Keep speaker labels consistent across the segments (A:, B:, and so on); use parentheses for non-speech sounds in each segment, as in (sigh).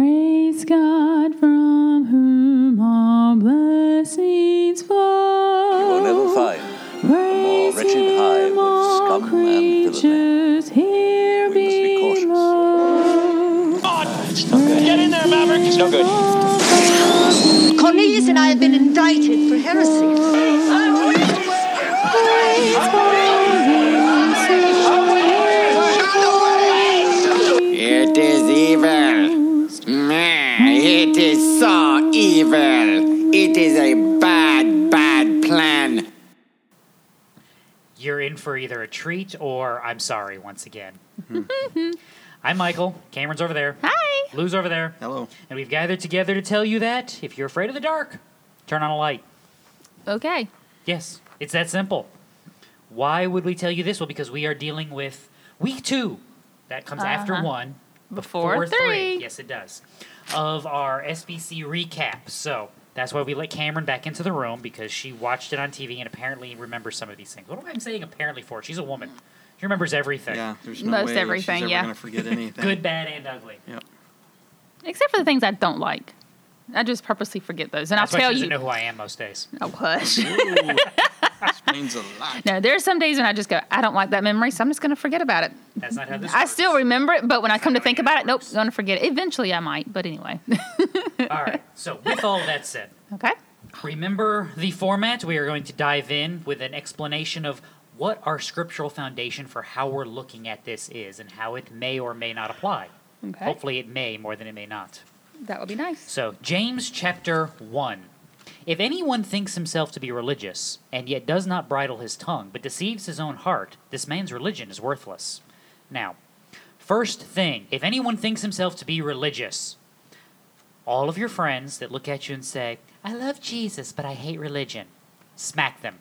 A: Praise God from whom all blessings flow.
B: You will never find a more
A: Praise
B: wretched hive
A: him,
B: of
A: all
B: scum and villainy.
A: creatures here
B: We must be cautious.
A: below.
C: Get in there, Maverick. It's no good.
D: Cornelius and I have been indicted for heresy.
E: It is evil. Man, it is so evil. It is a bad, bad plan.
F: You're in for either a treat or I'm sorry once again. I'm Michael. Cameron's over there.
G: Hi.
F: Lou's over there.
H: Hello.
F: And we've gathered together to tell you that if you're afraid of the dark, turn on a light.
G: Okay.
F: Yes, it's that simple. Why would we tell you this? Well, because we are dealing with week two. That comes after one.
G: Uh-huh. Before
F: before
G: three.
F: Yes, it does. Of our SBC recap. So that's why we let Cameron back into the room because she watched it on TV and apparently remembers some of these things. What am I saying apparently for? She's a woman. She remembers everything.
H: Yeah, there's no
G: Most
H: way she's
G: everything,
H: ever
G: yeah.
H: gonna forget anything.
F: Good, bad, and ugly.
H: Yep.
G: Except for the things I don't like. I just purposely forget those. And
F: That's
G: I'll
F: why
G: tell
F: she doesn't
G: you.
F: know who I am most days.
G: Oh, (laughs) hush.
H: Explains a lot.
G: no, there's some days when I just go, I don't like that memory, so I'm just going to forget about it.
F: That's not how this
G: I
F: works.
G: still remember it, but when I come to think about it, nope, going to forget it. Eventually I might, but anyway. (laughs)
F: All right. So with all that said,
G: okay.
F: Remember the format. We are going to dive in with an explanation of what our scriptural foundation for how we're looking at this is and how it may or may not apply.
G: Okay.
F: Hopefully, it may more than it may not.
G: That would be nice. (laughs)
F: So, James chapter 1. If anyone thinks himself to be religious, and yet does not bridle his tongue, but deceives his own heart, this man's religion is worthless. Now, first thing, if anyone thinks himself to be religious, all of your friends that look at you and say, I love Jesus, but I hate religion, smack them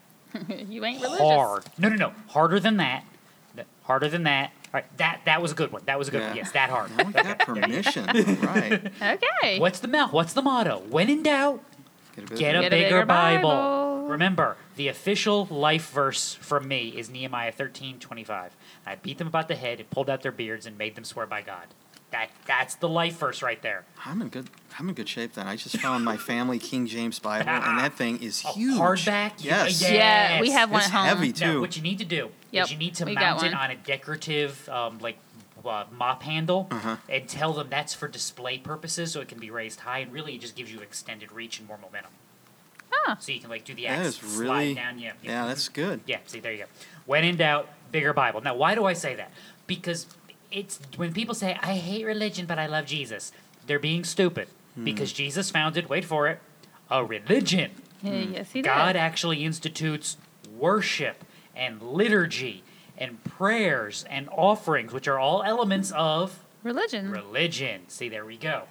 G: you ain't religious.
F: hard. No, no, no. Harder than that. Th- Harder than that. All right, that that was a good one. That was a good one.
H: Yeah.
F: Yes, that hard.
H: Now we got permission. right.
G: Okay.
F: What's the mouth? What's the motto? When in doubt,
H: Get a bit
F: get a
H: of
G: Get a
F: bigger,
G: bigger
F: Bible.
G: Bible.
F: Remember, the official life verse from me is Nehemiah thirteen twenty five. I beat them about the head and pulled out their beards and made them swear by God. That that's the life verse right there.
H: I'm in good. I'm in good shape. Then I just found my family King James Bible, and that thing is
F: Oh,
H: huge.
F: hardback? Yeah,
H: Yes.
F: yeah.
G: Yeah, we
F: Yes.
G: have one
H: It's
G: at home.
H: heavy too.
F: No, what you need to do
G: Yep,
F: is you need to
G: we got
F: mount it
G: one.
F: on a decorative, um, like uh, mop handle,
H: Uh-huh.
F: and tell them that's for display purposes, so it can be raised high, and really it just gives you extended reach and more momentum.
G: Ah.
F: So you can like do the
H: that
F: axis
H: is really.
F: slide down. Yeah,
H: yeah, that's good.
F: yeah, see, there you go. When in doubt, bigger Bible. Now, why do I say that? Because it's when people say, I hate religion, but I love Jesus, they're being stupid.
H: Hmm.
F: Because Jesus founded, wait for it, a religion.
G: Yeah, yes, he did.
F: Hmm. God actually institutes worship and liturgy and prayers and offerings, which are all elements of
G: Religion.
F: religion. See, there we go.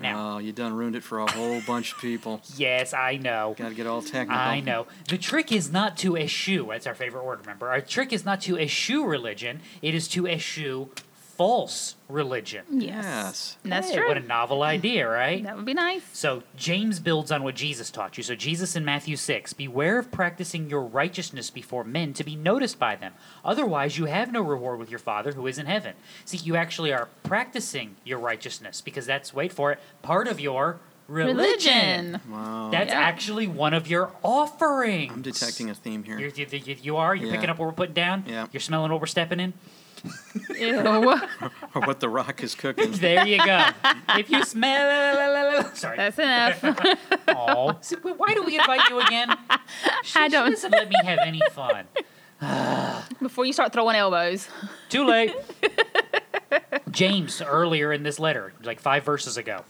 F: Now,
H: Oh, you done ruined it for a whole bunch of people.
F: (laughs) yes, I know.
H: Got to get all technical.
F: I know. The trick is not to eschew. That's our favorite word, remember. Our trick is not to eschew religion, it is to eschew false religion.
H: Yes.
G: That's
F: Hey,
G: true.
F: What a novel idea, right?
G: (laughs) That would be nice.
F: So James builds on what Jesus taught you. So Jesus in Matthew 6, beware of practicing your righteousness before men to be noticed by them. Otherwise, you have no reward with your Father who is in heaven. See, you actually are practicing your righteousness because that's, wait for it, part of your religion.
G: Religion.
H: Wow.
F: That's
G: Yeah.
F: actually one of your offerings.
H: I'm detecting a theme here. (laughs)
F: You're, you, you, you are. You're
H: Yeah.
F: picking up what we're putting down.
H: Yeah.
F: You're smelling what we're stepping in.
G: Ew. (laughs)
H: Or what the Rock is
F: (laughs)
H: cooking.
F: There you
H: (laughs)
F: go. if you smell, sorry.
G: That's enough. (laughs)
F: Aw. See, wh- Why do we invite you again? She,
G: I
F: she
G: don't-
F: doesn't let me have any fun.
G: Before you start throwing elbows.
F: Too late. (laughs) James, earlier in this letter, like five verses ago,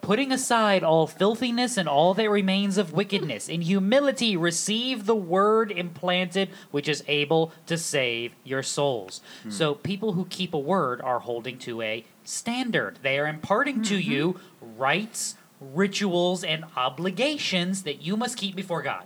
F: putting aside all filthiness and all that remains of wickedness, in humility receive the word implanted, which is able to save your souls. So, people who keep a word are holding to a standard. They are imparting to you rights, rituals, and obligations that you must keep before God.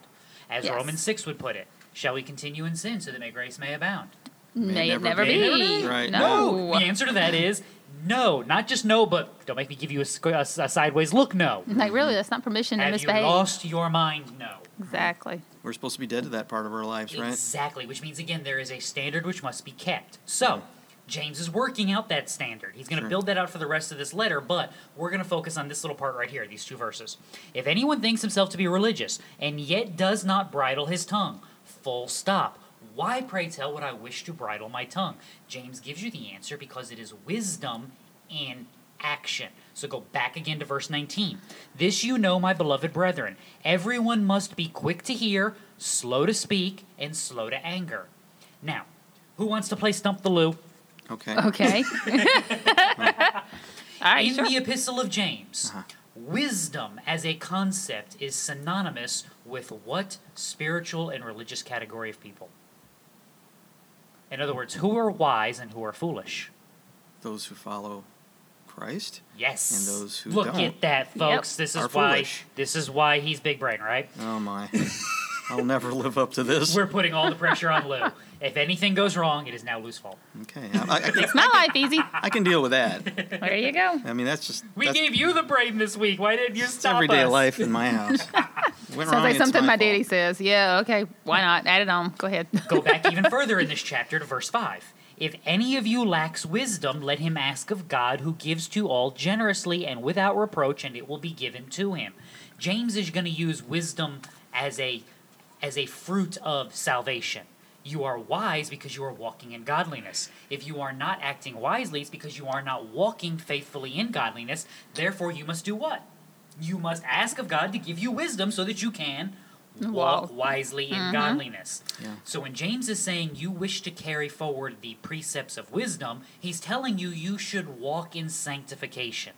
F: As
G: Yes.
F: Romans 6 would put it, shall we continue in sin so that may grace may abound?
G: May it
H: never
G: never be.
H: be. Right,
G: No.
F: The answer to that is no. Not just no, but don't make me give you a, squ- a s- a sideways look. No.
H: Mm-hmm.
G: Like, really, that's not permission to
F: Have you
G: misbehave.
F: lost your mind? No.
G: Exactly.
H: We're supposed to be dead to that part of our lives, right?
F: Exactly. Which means again, there is a standard which must be kept. So, James is working out that standard. He's going to
H: Mm-hmm. Sure.
F: build that out for the rest of this letter, but we're going to focus on this little part right here, these two verses. If anyone thinks himself to be religious and yet does not bridle his tongue, full stop. Why, pray tell, would I wish to bridle my tongue? James gives you the answer because it is wisdom in action. So go back again to verse 19. This you know, my beloved brethren. Everyone must be quick to hear, slow to speak, and slow to anger. Now, who wants to play Stump the Lou?
H: Okay.
G: (laughs) Okay. All right,
F: In
G: sure.
F: the Epistle of James,
H: Uh-huh.
F: wisdom as a concept is synonymous with what spiritual and religious category of people? In other words, who are wise and who are foolish?
H: Those who follow Christ.
F: Yes.
H: And those who
F: look
H: don't
F: at that, folks. This
H: are
F: is why.
H: foolish.
F: This is why he's big brain, right?
H: Oh
F: (laughs)
H: my. I'll never live up to this.
F: We're putting all the pressure on Lou. If anything goes wrong, it is now Lou's fault.
H: Okay. I, I, I, can,
G: It's my life easy.
H: I can deal with that.
G: There you go.
H: I mean, that's just
F: We
H: that's
F: gave you the brain this week. Why didn't you
H: it's
F: stop
H: everyday
F: us?
H: life in my
F: (laughs)
H: house. Went
G: Sounds
H: wrong,
G: like
H: it's
G: something my,
H: fault.
G: daddy says. Yeah, okay, why not? Add it on. Go ahead.
F: Go back even further in this chapter to verse 5. If any of you lacks wisdom, let him ask of God, who gives to all generously and without reproach, and it will be given to him. James is going to use wisdom as a as a fruit of salvation. You are wise because you are walking in godliness. If you are not acting wisely, it's because you are not walking faithfully in godliness. Therefore, you must do what? You must ask of God to give you wisdom so that you can walk
G: Walk. Mm-hmm.
F: wisely in godliness.
H: Yeah.
F: So when James is saying you wish to carry forward the precepts of wisdom, he's telling you you should walk in sanctification.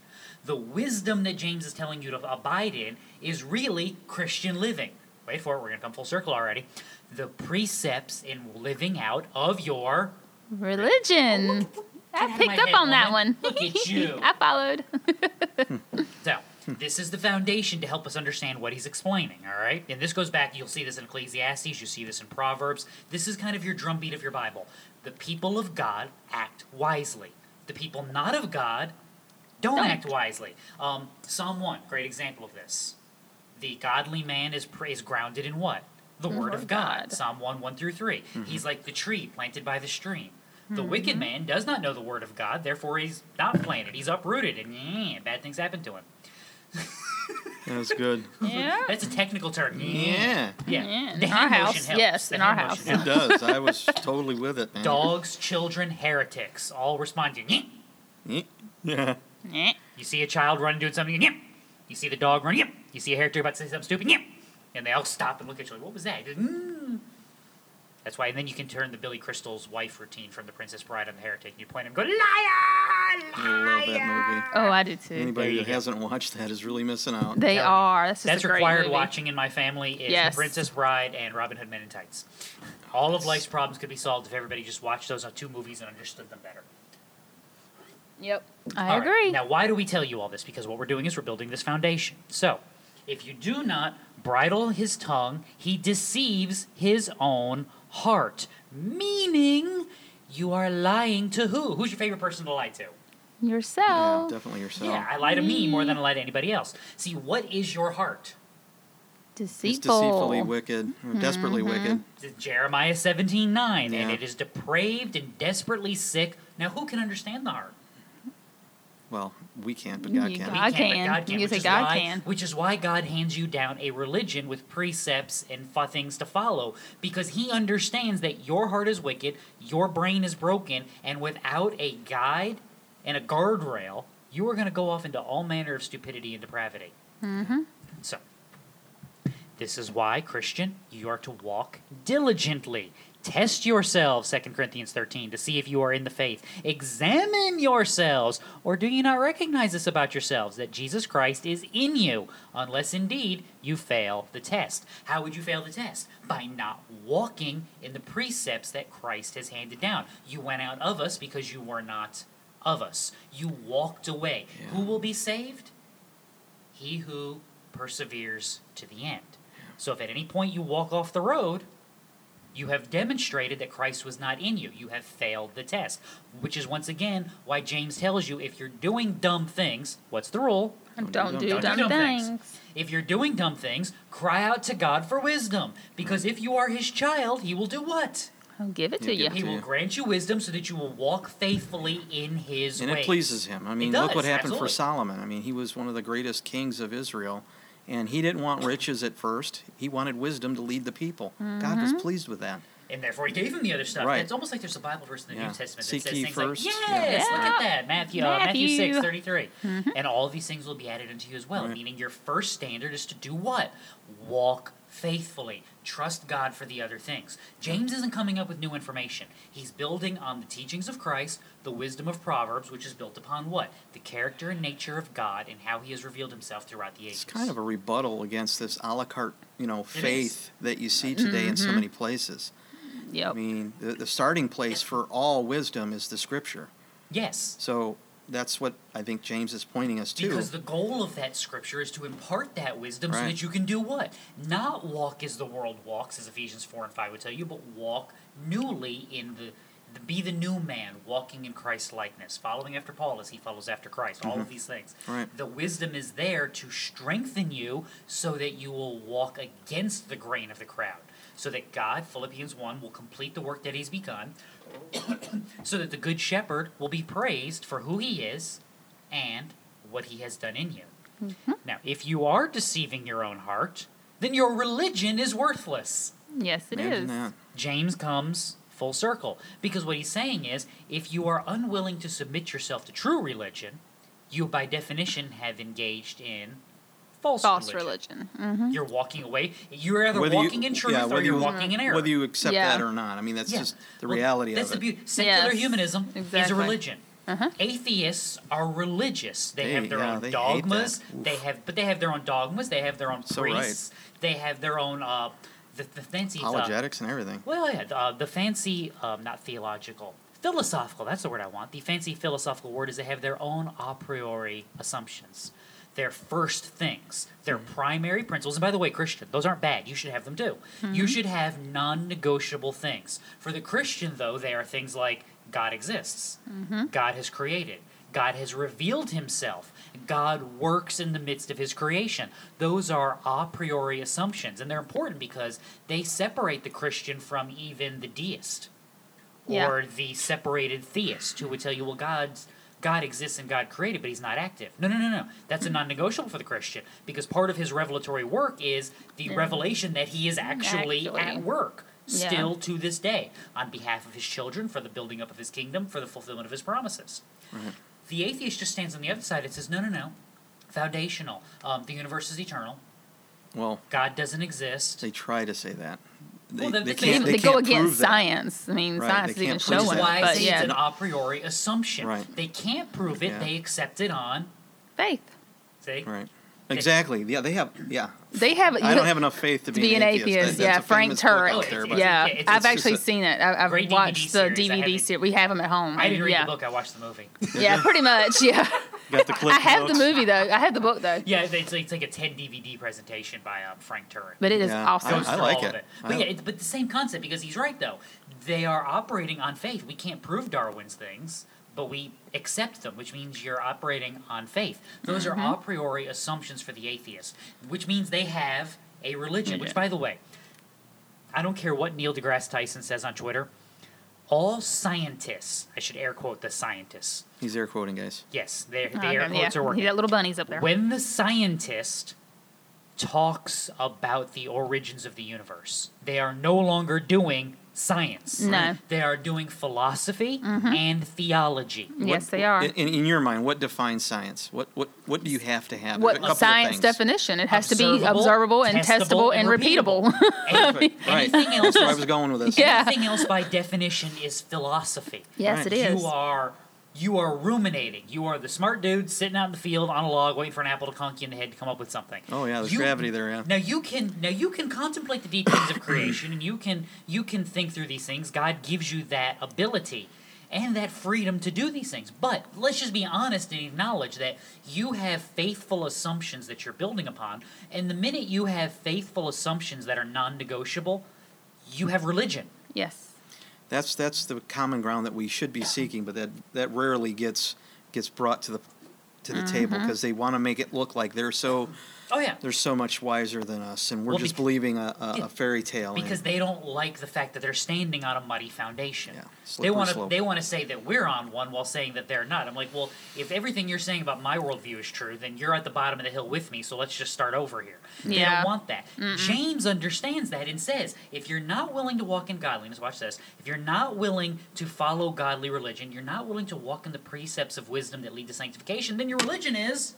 F: The wisdom that James is telling you to abide in is really Christian living. Wait for it, we're going to come full circle already. The precepts in living out of your.
G: (laughs) Religion.
F: Get out
G: I
F: of
G: picked
F: my
G: up
F: head,
G: on that
F: woman.
G: one.
F: Look at you.
G: (laughs) I followed.
F: So, this is the foundation to help us understand what he's explaining, all right? And this goes back, you'll see this in Ecclesiastes, you see this in Proverbs. This is kind of your drumbeat of your Bible. The people of God act wisely, the people not of God don't,
G: Don't.
F: act wisely. Um, Psalm 1, great example of this. The godly man is, pra- is grounded in what? The word of God.
G: God.
F: Psalm 1, 1 through 3. He's like the tree planted by the stream. The wicked man does not know the word of God, therefore he's not planted. He's uprooted, and eh, bad things happen to him.
H: That was good.
G: Yeah.
F: That's a technical term.
H: Yeah.
F: (laughs) Yeah.
G: Yeah, in
F: The
G: our
F: hand motion
G: house.
F: helps.
G: Yes,
F: The
G: in our
F: hand motion
G: house. (laughs)
F: helps.
H: It does. I was totally with it, man.
F: Dogs, children, heretics all respond to "Nyeh."
H: (laughs) Yeah.
G: Eh.
F: You see a child running doing something, yep. You see the dog running, yep. You see a heretic about to say something stupid, yep. And they all stop and look at you like, what was that? Mm. That's why, and then you can turn the Billy Crystal's wife routine from The Princess Bride on the Heretic. You point and go, liar!
H: I love that
G: Oh, I did
H: movie.
G: too.
F: There
H: Anybody
F: you
H: that
F: go.
H: hasn't watched that is really missing out.
G: They
F: Telling you.
G: are. That's just
F: That's
G: a great
F: required
G: movie.
F: watching in my family is
G: Yes.
F: The Princess Bride and Robin Hood Men in Tights. All of life's problems could be solved if everybody just watched those two movies and understood them better.
G: Yep. I
F: All right.
G: agree.
F: Now, why do we tell you all this? Because what we're doing is we're building this foundation. So, if you do not bridle his tongue, he deceives his own heart. Meaning, you are lying to who? Who's your favorite person to lie to?
H: Yeah,
G: Yourself.
H: definitely yourself.
F: Yeah, I lie to me more than I lie to anybody else. See, what is your heart?
G: deceitful.
H: It's deceitfully wicked, or desperately
G: Mm-hmm.
H: wicked.
F: This is Jeremiah seventeen nine, and
H: Yeah.
F: it is depraved and desperately sick. Now, who can understand the heart?
H: Well, we can't, but God
G: You
H: can.
G: got- I
F: can't, but
G: can.
F: God can.
G: You
F: which
G: say
F: is
G: God
F: why,
G: can.
F: Which is why God hands you down a religion with precepts and f- things to follow, because He understands that your heart is wicked, your brain is broken, and without a guide and a guardrail, you are going to go off into all manner of stupidity and depravity. Mm-hmm. So, this is why, Christian, you are to walk diligently. Test yourselves, 2 Corinthians 13, to see if you are in the faith. Examine yourselves, or do you not recognize this about yourselves, that Jesus Christ is in you, unless indeed you fail the test? How would you fail the test? By not walking in the precepts that Christ has handed down. You went out of us because you were not of us. You walked away. Who will be saved? he who perseveres to the end. So if at any point you walk off the road, you have demonstrated that Christ was not in you. You have failed the test, which is once again why James tells you if you're doing dumb things, what's the rule?
G: Don't do
F: Don't do
G: dumb
F: dumb things.
G: things.
F: If you're doing dumb things, cry out to God for wisdom, because if you are his child, he will do what?
G: I'll give it
H: Yeah,
G: to
H: give
G: you.
H: it
F: He
H: to
F: will
H: you.
F: grant you wisdom so that you will walk faithfully in his
H: and
F: ways.
H: it pleases him. I mean,
F: does,
H: look what happened
F: absolutely.
H: for Solomon. I mean, he was one of the greatest kings of Israel, and he didn't want riches at first. He wanted wisdom to lead the people. God
F: Mm-hmm.
H: was pleased with that.
F: And therefore he gave him the other stuff.
H: Right.
F: It's almost like there's a Bible verse in the
H: Yeah.
F: New Testament that
H: Seek
F: says
H: ye
F: things
H: first.
F: like,
H: Yeah.
F: yes, look at
G: Yeah.
F: that, Matthew, uh, Matthew
G: Matthew.
F: 6, 33. And all these things will be added unto you as well, meaning your first standard is to do what? Walk faithfully. Trust God for the other things. James isn't coming up with new information. He's building on the teachings of Christ, the wisdom of Proverbs, which is built upon what? The character and nature of God and how he has revealed himself throughout the ages.
H: It's kind of a rebuttal against this a la carte, you know,
F: is. Mm-hmm.
H: faith that you see today in so many places. I
G: Yep.
H: mean, the, the starting place for all wisdom is the Scripture.
F: Yes.
H: So that's what I think James is pointing us to.
F: Because the goal of that scripture is to impart that wisdom so
H: Right.
F: that you can do what? Not walk as the world walks, as Ephesians 4 and 5 would tell you, but walk newly in the, the be the new man, walking in Christ's likeness, following after Paul as he follows after Christ, all of these things.
H: Right.
F: The wisdom is there to strengthen you so that you will walk against the grain of the crowd. So that God, Philippians 1, will complete the work that he's begun, (coughs) so that the good shepherd will be praised for who he is and what he has done in you. Now, if you are deceiving your own heart, then your religion is worthless.
G: Yes, it is.
H: Imagine that.
F: James comes full circle because what he's saying is if you are unwilling to submit yourself to true religion, you by definition have engaged in false,
G: False
F: religion.
G: religion. Mm,
F: You're walking away. You're either
H: Whether you-
F: walking in truth
H: yeah,
F: or
H: whether
F: you're
H: you- Mm-hmm.
F: walking in error.
H: Whether you accept
G: Yeah.
H: that or not, I mean, that's
F: Yeah.
H: just the
F: Well,
H: reality
F: that's
H: of
F: the
H: it.
F: beauty. Secular
G: Yes.
F: humanism is a
G: Exactly. Uh-huh.
F: religion. Atheists are religious. They
H: They-
F: have their
H: yeah,
F: own
H: they hate
F: dogmas.
H: that. Oof.
F: They have, but they have their own dogmas. They have their own
H: So right.
F: priests. They have their own uh, the, the fancy uh,
H: Apologetics and everything.
F: well, yeah, uh, the fancy, um, not theological, philosophical, that's the word I want. The fancy philosophical word is they have their own a priori assumptions, their first things, their primary principles. And by the way, Christian, those aren't bad. You should have them too. You should have non negotiable things. For the Christian, though, they are things like God exists, God has created, God has revealed himself. God works in the midst of his creation. Those are a priori assumptions, and they're important because they separate the Christian from even the deist
G: Yeah.
F: or the separated theist who would tell you, well, God's. God exists and God created, but he's not active. No, no, no, no. That's
G: Mm-hmm.
F: a non negotiable for the Christian because part of his revelatory work is the revelation that he is actually,
G: Actually.
F: at work,
G: Yeah.
F: still to this day, on behalf of his children, for the building up of his kingdom, for the fulfillment of his promises.
G: Mm-hmm.
F: The atheist just stands on the other side and says, no, no, no. Foundational. Um, the universe is eternal.
H: Well,
F: God doesn't exist.
H: they try to say that. They,
F: Well, that-
H: they
F: that's
G: They,
H: can't,
F: basically-
G: they go
H: can't prove
G: against
H: that.
G: science. I mean,
H: Right,
G: science
H: they
G: didn't
H: can't
G: show
H: prove
F: Which is
H: that.
F: why
G: it.
F: I
G: But
F: say
G: yeah,
F: it's an a priori assumption.
H: Right.
F: They can't prove it.
H: Yeah.
F: They accept it on.
G: faith.
F: See?
H: Right. Exactly. Yeah, they have. Yeah.
G: They have.
H: I don't have enough faith to,
G: to be an atheist.
H: That-
G: yeah,
H: that's a
G: Frank
H: famous book out
G: Turek.
H: there,
F: Oh, it's-
H: but-
G: yeah,
F: it's-
G: I've
H: it's just
G: actually
H: a-
G: seen it. I, I've
F: Great DVD
G: watched the
F: series. I
G: DVD
F: haven't-
G: series. We have them at home.
F: I didn't read
G: yeah.
F: the book. I watched the movie. (laughs)
G: Yeah, pretty much. Yeah,
H: Got the clip
G: I have the
H: notes.
G: movie though. I have the book though.
F: Yeah, it's, it's like a 10 DVD presentation by um, Frank Turek.
G: But it is
H: Yeah,
G: awesome.
F: goes
H: I
F: through
H: like
F: all of
H: it.
F: it.
H: I
F: But yeah,
H: like-
F: it's, but the same concept because he's right though. They are operating on faith. We can't prove Darwin's things, but we accept them, which means you're operating on faith. Those
G: Mm-hmm.
F: are a priori assumptions for the atheist, which means they have a religion. Which,
G: Yeah.
F: by the way, I don't care what Neil deGrasse Tyson says on Twitter. All scientists, I should air quote the scientists.
H: He's air quoting, guys.
F: Yes, they the
G: Oh, Okay,
F: air quotes
G: yeah.
F: are working.
G: He got little bunnies up there.
F: When the scientist talks about the origins of the universe, they are no longer doing science.
G: No. Mm-hmm.
F: They are doing philosophy and theology.
G: yes,
H: What-
G: they are.
H: In, in in your mind, what defines science? What what what do you have to have?
G: what
H: A couple of
G: science
H: things.
G: definition? It has to be
F: Observable,
G: observable and
F: testable,
G: testable
F: and
G: and repeatable. (laughs)
F: Anything,
H: Right.
F: anything else
H: That's where I was going with this.
G: Yeah.
F: Anything else by definition is philosophy.
G: yes,
H: Right.
G: it is.
F: You are you are ruminating. You are the smart dude sitting out in the field on a log waiting for an apple to conk you in the head to come up with something.
H: Oh, yeah, there's
F: You-
H: gravity there, yeah.
F: Now you can now you can contemplate the details (coughs) of creation and you can you can think through these things. God gives you that ability and that freedom to do these things. But let's just be honest and acknowledge that you have faithful assumptions that you're building upon. And the minute you have faithful assumptions that are non-negotiable, you have religion.
G: yes.
H: That's that's the common ground that we should be seeking, but that that
G: Mm-hmm.
H: rarely gets gets brought to the to the table because they want to make it look like they're so
F: Oh yeah.
H: they're so much wiser than us, and we're
F: Well,
H: just
F: bec-
H: believing a, a,
F: yeah,
H: a fairy tale. and-
F: Because they don't like the fact that they're standing on a muddy foundation.
H: Yeah,
F: they
H: slippery
F: want to
H: slope.
F: they want to say that we're on one while saying that they're not. I'm like, well, if everything you're saying about my worldview is true, then you're at the bottom of the hill with me. So let's just start over here. They
G: Yeah.
F: don't want that. James understands that and says, if you're not willing to walk in godliness, watch this. If you're not willing to follow godly religion, you're not willing to walk in the precepts of wisdom that lead to sanctification, then your religion is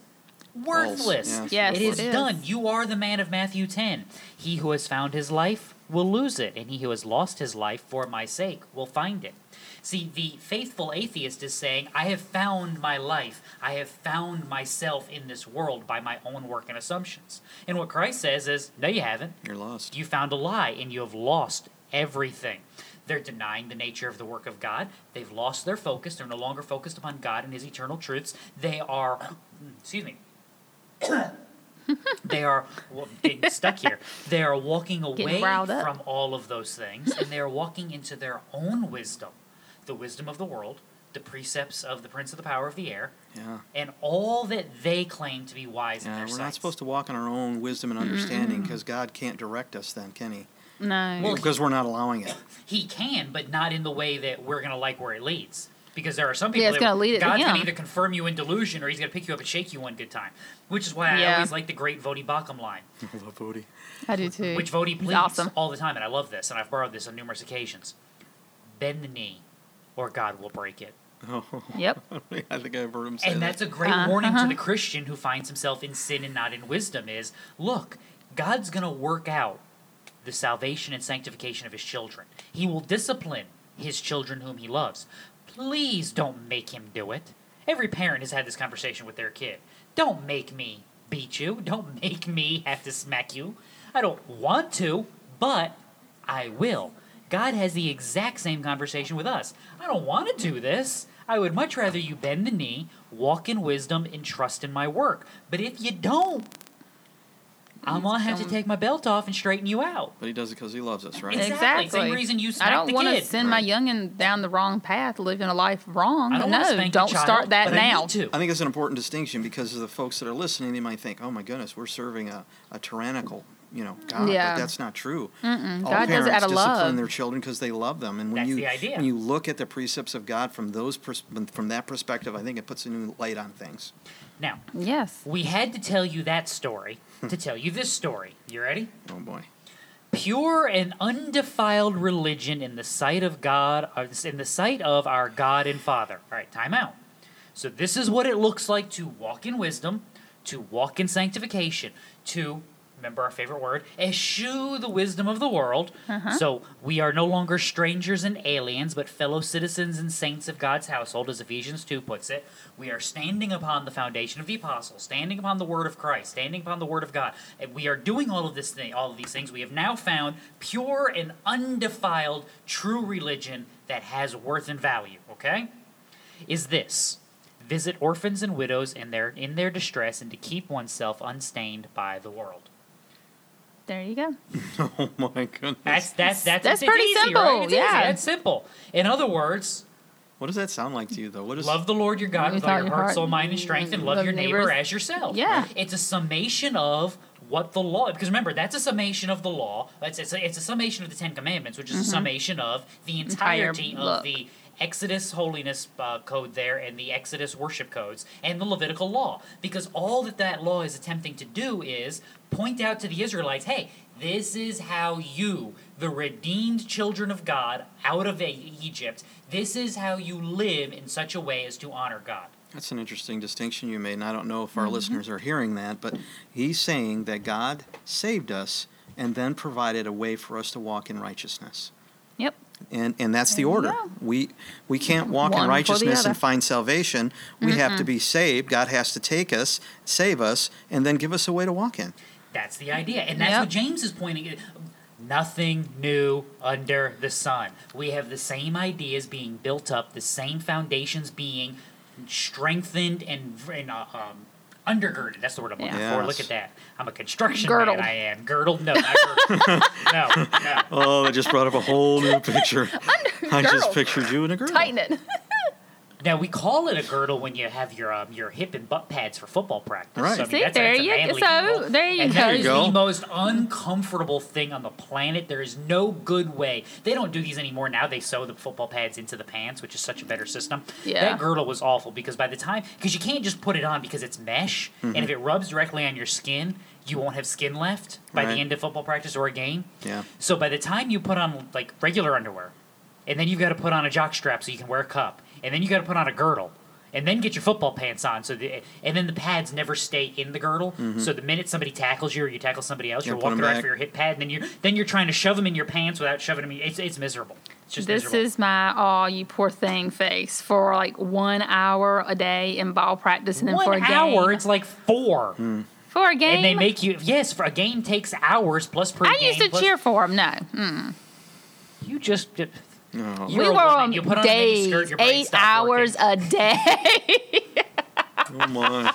F: worthless.
H: Yeah, it's
G: Yes,
F: It is
G: it is.
F: done. You are the man of Matthew 10. He who has found his life will lose it, and he who has lost his life for my sake will find it. See, the faithful atheist is saying, I have found my life. I have found myself in this world by my own work and assumptions. And what Christ says is, No, you haven't.
H: You're lost.
F: You found a lie and you have lost everything. They're denying the nature of the work of God. They've lost their focus. They're no longer focused upon God and His eternal truths. They are, (clears throat) excuse
G: (laughs)
F: me, they are wa- getting stuck here. They are walking away
G: riled up.
F: from all of those things and they are walking into their own wisdom the wisdom of the world, the precepts of the prince of the power of the air,
H: Yeah.
F: and all that they claim to be wise in
H: Yeah,
F: their
H: we're
F: sights.
H: not supposed to walk in our own wisdom
F: Mm-hmm.
H: and understanding because God can't direct us then, can He?
G: No.
F: Well,
H: Because we're not allowing (laughs) it.
F: He can, but not in the way that we're going to like where it leads. Because there are some people
G: it's
F: that
G: gonna lead it to
F: God's
G: him.
F: either confirm you in delusion or he's going to pick you up and shake you one good time. Which is why I
G: Yeah.
F: always like the great Vodi Bakum line,
G: I do too.
F: which Vodi
G: It's
F: pleads
G: awesome.
F: all the time, and I love this, and I've borrowed this on numerous occasions. Bend the knee, or God will break it.
G: Yep.
H: (laughs) I think I've heard him say
F: And
H: that.
F: that's a great warning to the Christian who finds himself in sin and not in wisdom is look, God's going to work out the salvation and sanctification of his children. He will discipline his children whom he loves. Please don't make him do it. Every parent has had this conversation with their kid. Don't make me beat you. Don't make me have to smack you. I don't want to, but I will. God has the exact same conversation with us. I don't want to do this. I would much rather you bend the knee, walk in wisdom, and trust in my work. But if you don't, I'm gonna have to take my belt off and straighten you out.
H: But He does it because He loves us, right?
F: Exactly. Same reason you
G: I
F: smacked
G: don't
F: the
G: wanna
F: kid.
G: send my youngin down the wrong path, living a life wrong.
F: I don't want to
G: no,
F: spank
G: don't
F: your child,
G: start that
F: but I
G: now.
F: need to.
H: I think it's an important distinction because of the folks that are listening, they might think, "Oh my goodness, we're serving a, a tyrannical, you know, God."
G: Yeah.
H: But that's not true. All
G: God does
H: parents
G: it out of
H: discipline
G: love.
H: their children because they love them, and when
F: That's
H: you
F: the idea.
H: when you look at the precepts of God from those pers- from that perspective, I think it puts a new light on things.
F: Now,
G: Yes.
F: we had to tell you that story to tell you this story. You ready?
H: Oh boy, (laughs)
F: Pure and undefiled religion in the sight of God, uh, in the sight of our God and Father. All right, time out. So this is what it looks like to walk in wisdom, to walk in sanctification, to remember our favorite word, eschew the wisdom of the world. So we are no longer strangers and aliens, but fellow citizens and saints of God's household, as Ephesians 2 puts it. We are standing upon the foundation of the apostles, standing upon the word of Christ, standing upon the word of God. And we are doing all of this thing, all of these things. We have now found pure and undefiled true religion that has worth and value, okay? is this visit orphans and widows in their in their distress and to keep oneself unstained by the world
G: There you go.
H: oh my goodness,
F: that's that's that's
G: That's
F: it's
G: pretty
F: easy,
G: simple,
F: right? It's easy.
G: yeah.
F: that's simple in other words
H: what does that sound like to you though? What is
F: love the lord your god
G: With
F: with all your heart, soul mind and strength and love, your neighbor
G: neighbors.
F: as yourself
G: Yeah.
F: it's a summation of what the law because remember that's a summation of the law it's, it's, a, it's a summation of the ten commandments which is a
G: Mm-hmm.
F: summation of the
G: Entire
F: entirety of
G: book.
F: the Exodus holiness uh, code there and the Exodus worship codes and the Levitical law. Because all that that law is attempting to do is point out to the Israelites hey, this is how you, the redeemed children of God out of E- Egypt, this is how you live in such a way as to honor God.
H: That's an interesting distinction you made, and I don't know if
G: Mm-hmm.
H: our listeners are hearing that, but he's saying that God saved us and then provided a way for us to walk in righteousness.
G: Yep.
F: Hmm.
H: And and that's the order.
G: go.
H: We we can't walk
G: One
H: in
G: before the
H: righteousness
G: other.
H: and find salvation. We have to be saved. God has to take us, save us, and then give us a way to walk in.
F: That's the idea. And that's
G: Yep.
F: what James is pointing at. Nothing new under the sun. We have the same ideas being built up, the same foundations being strengthened and, and uh, um, undergirded. That's the word I'm looking
H: Yeah.
F: for. Look at that. I'm a construction
G: Girdled.
F: man. I am girdled. No, not girdled. no, no.
H: Oh, it just brought up a whole new picture. I
G: just Girdle.
H: pictured you in a girl.
G: Tighten it.
F: Now we call it a girdle when you have your um, your hip and butt pads for football practice.
H: Right.
F: So, I mean,
G: See,
F: that's a-
G: there
F: that's a
G: you-
F: manly
G: so,
F: girdle.
G: there you
F: and
G: go.
F: That
G: There
F: is
H: you go.
F: the most uncomfortable thing on the planet. There is no good way. They don't do these anymore now. They sew the football pads into the pants, which is such a better system.
G: Yeah.
F: That girdle was awful because by the time because you can't just put it on because it's mesh,
H: Mm-hmm.
F: and if it rubs directly on your skin, you won't have skin left by
H: Right.
F: the end of football practice or a game.
H: Yeah.
F: So by the time you put on like regular underwear, and then you've got to put on a jock strap so you can wear a cup, and then you got to put on a girdle, and then get your football pants on. So the and then the pads never stay in the girdle. So the minute somebody tackles you or you tackle somebody else,
H: Yeah,
F: you're
H: Mm-hmm. put 'em
F: walking around
H: back.
F: for your hip pad, and then you then you're trying to shove them in your pants without shoving them. In, it's it's miserable. It's just
G: This
F: miserable.
G: is my aw you poor thing face for like one hour a day in ball practice and then for a
F: one hour.
G: game.
F: It's like four,
H: Hmm.
G: For a game.
F: and they make you yes. For a game takes hours plus per.
G: I
F: game,
G: used to
F: plus-
G: cheer for him. No, Mm.
F: You just.
H: No.
G: we
F: You're a
G: were
F: woman.
G: on
F: You put on a
G: days,
F: miniskirt, your brain
G: eight
F: stopped
G: hours
F: (laughs)
G: a day,
H: Oh my.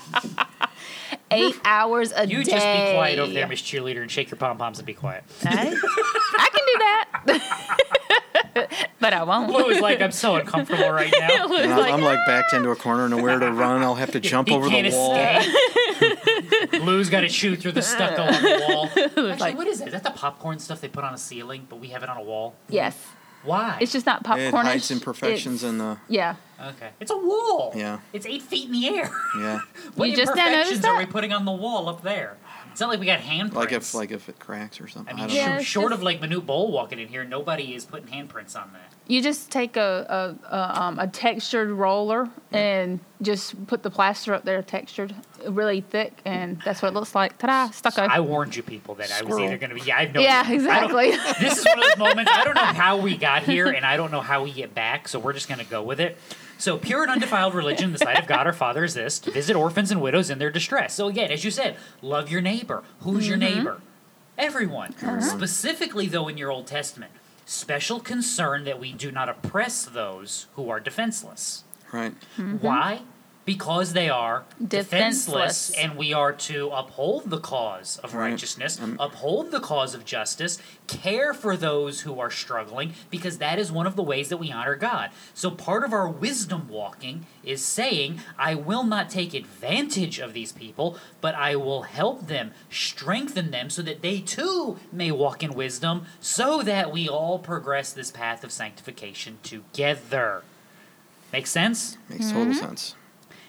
G: eight hours a day.
F: You just be quiet over there, Miss Cheerleader, and shake your pom poms and be quiet.
G: Hey, I can do that, (laughs) but I won't.
F: Lou is like, I'm so uncomfortable right
G: (laughs)
F: now.
G: Lou's
H: And I'm, I'm like backed into a corner, nowhere to run. I'll have to jump
F: He
H: over the
F: can't
H: wall.
G: (laughs)
F: escape. Lou's got to chew through the stucco on the wall. Actually,
G: like-
F: what is that? Is that the popcorn stuff they put on a ceiling, but we have it on a wall?
G: yes,
F: Why?
G: it's just not
H: It
G: popcorn.
H: hides imperfections in the
G: yeah,
F: okay. It's a wall.
H: Yeah.
F: It's eight feet in the air.
H: yeah.
F: (laughs) What
G: You just now noticed
F: imperfections are we
G: that?
F: putting on the wall up there? It's not like we got handprints.
H: Like if like if it cracks or something.
F: I
H: I,
F: mean,
H: don't
G: Yeah,
H: know.
F: sh-
G: it's
F: short
G: just-
F: of like Manu Bowl walking in here, nobody is putting handprints on that.
G: you just take a a, a, um, a textured roller and just put the plaster up there, textured, really thick, and that's what it looks like. Ta-da, stucco.
F: I warned you people that I was
H: Squirrel.
F: either going to be. Yeah, I've no.
G: yeah,
F: idea. (laughs) I don't-
G: exactly. (laughs)
F: this is one of those moments. I don't know how we got here, and I don't know how we get back. So we're just going to go with it. So, pure and undefiled religion, the sight of God our Father is this: to visit orphans and widows in their distress. So again, as you said, love your neighbor. Who's your neighbor? Everyone. Specifically, though, in your Old Testament, special concern that we do not oppress those who are defenseless.
H: Right.
F: Why? Because they are defenseless,
G: Defenseless.
F: and we are to uphold the cause of
H: Right.
F: righteousness, uphold the cause of justice, care for those who are struggling, because that is one of the ways that we honor God. So, part of our wisdom walking is saying, I will not take advantage of these people, but I will help them, strengthen them, so that they too may walk in wisdom, so that we all progress this path of sanctification together. Make sense?
H: Makes total sense.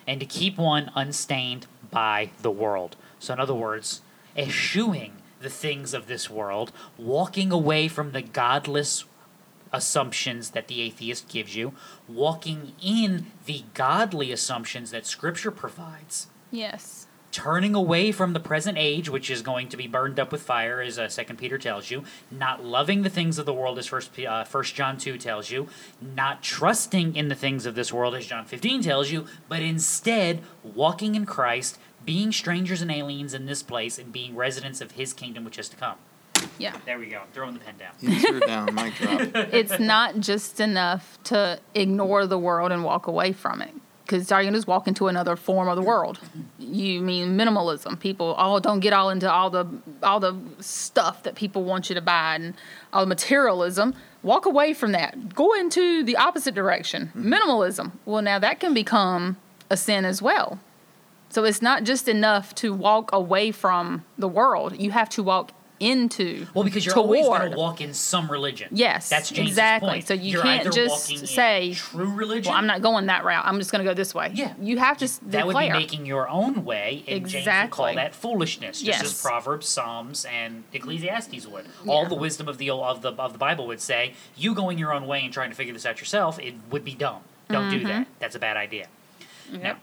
F: and to keep one unstained by the world. So, in other words, eschewing the things of this world, walking away from the godless assumptions that the atheist gives you, walking in the godly assumptions that Scripture provides.
G: yes.
F: Turning away from the present age, which is going to be burned up with fire, as uh, Second Peter tells you, not loving the things of the world, as First P- uh, First John two tells you, not trusting in the things of this world, as John fifteen tells you, but instead walking in Christ, being strangers and aliens in this place, and being residents of His kingdom, which is to come.
G: Yeah.
F: There we go. I'm throwing the pen down.
H: You threw it down, mic drop.
G: it's not just enough to ignore the world and walk away from it. Because are you gonna just walk into another form of the world? You mean minimalism? People, oh, don't get all into all the all the stuff that people want you to buy and all the materialism. Walk away from that. Go into the opposite direction,
F: Mm-hmm.
G: minimalism. Well, now that can become a sin as well. So it's not just enough to walk away from the world. You have to walk into
F: Well, because you're
G: toward.
F: always going to walk in some religion.
G: Yes,
F: that's James's
G: exactly.
F: point.
G: So you
F: You're
G: can't
F: either
G: just
F: walking in
G: say,
F: true religion.
G: well, I'm not going that route. I'm just going to go this way.
F: Yeah.
G: You have to s-
F: that would be
G: declare.
F: making your own way, and James would call
G: Exactly.
F: that foolishness, just as
G: Yes.
F: Proverbs, Psalms, and Ecclesiastes would. All
G: Yeah.
F: the wisdom of the old, of the of the Bible would say, you going your own way and trying to figure this out yourself, it would be dumb. Don't do
G: Mm-hmm.
F: that. That's a bad idea. Now,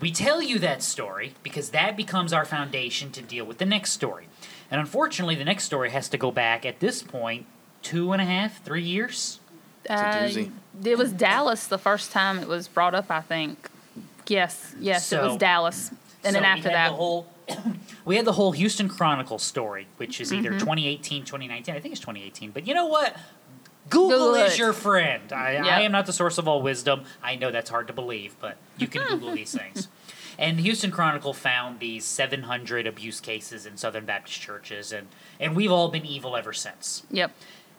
F: we tell you that story because that becomes our foundation to deal with the next story, and unfortunately, the next story has to go back at this point two and a half, three years.
H: It's a doozy.
G: it was Dallas the first time it was brought up, I think. Yes, yes, it was
F: So-
G: Dallas. And
F: So
G: then
F: we
G: after
F: had
G: that,
F: the whole (coughs) we had the whole Houston Chronicle story, which is
G: Mm-hmm.
F: either 2018, 2019. I think it's 2018. But you know what? Google,
G: Google
F: is
G: it.
F: your friend. I,
G: Yeah.
F: I am not the source of all wisdom. I know that's hard to believe, but you
G: (laughs)
F: can Google these things. And the Houston Chronicle found these 700 abuse cases in Southern Baptist churches, and, and we've all been evil ever since.
G: yep.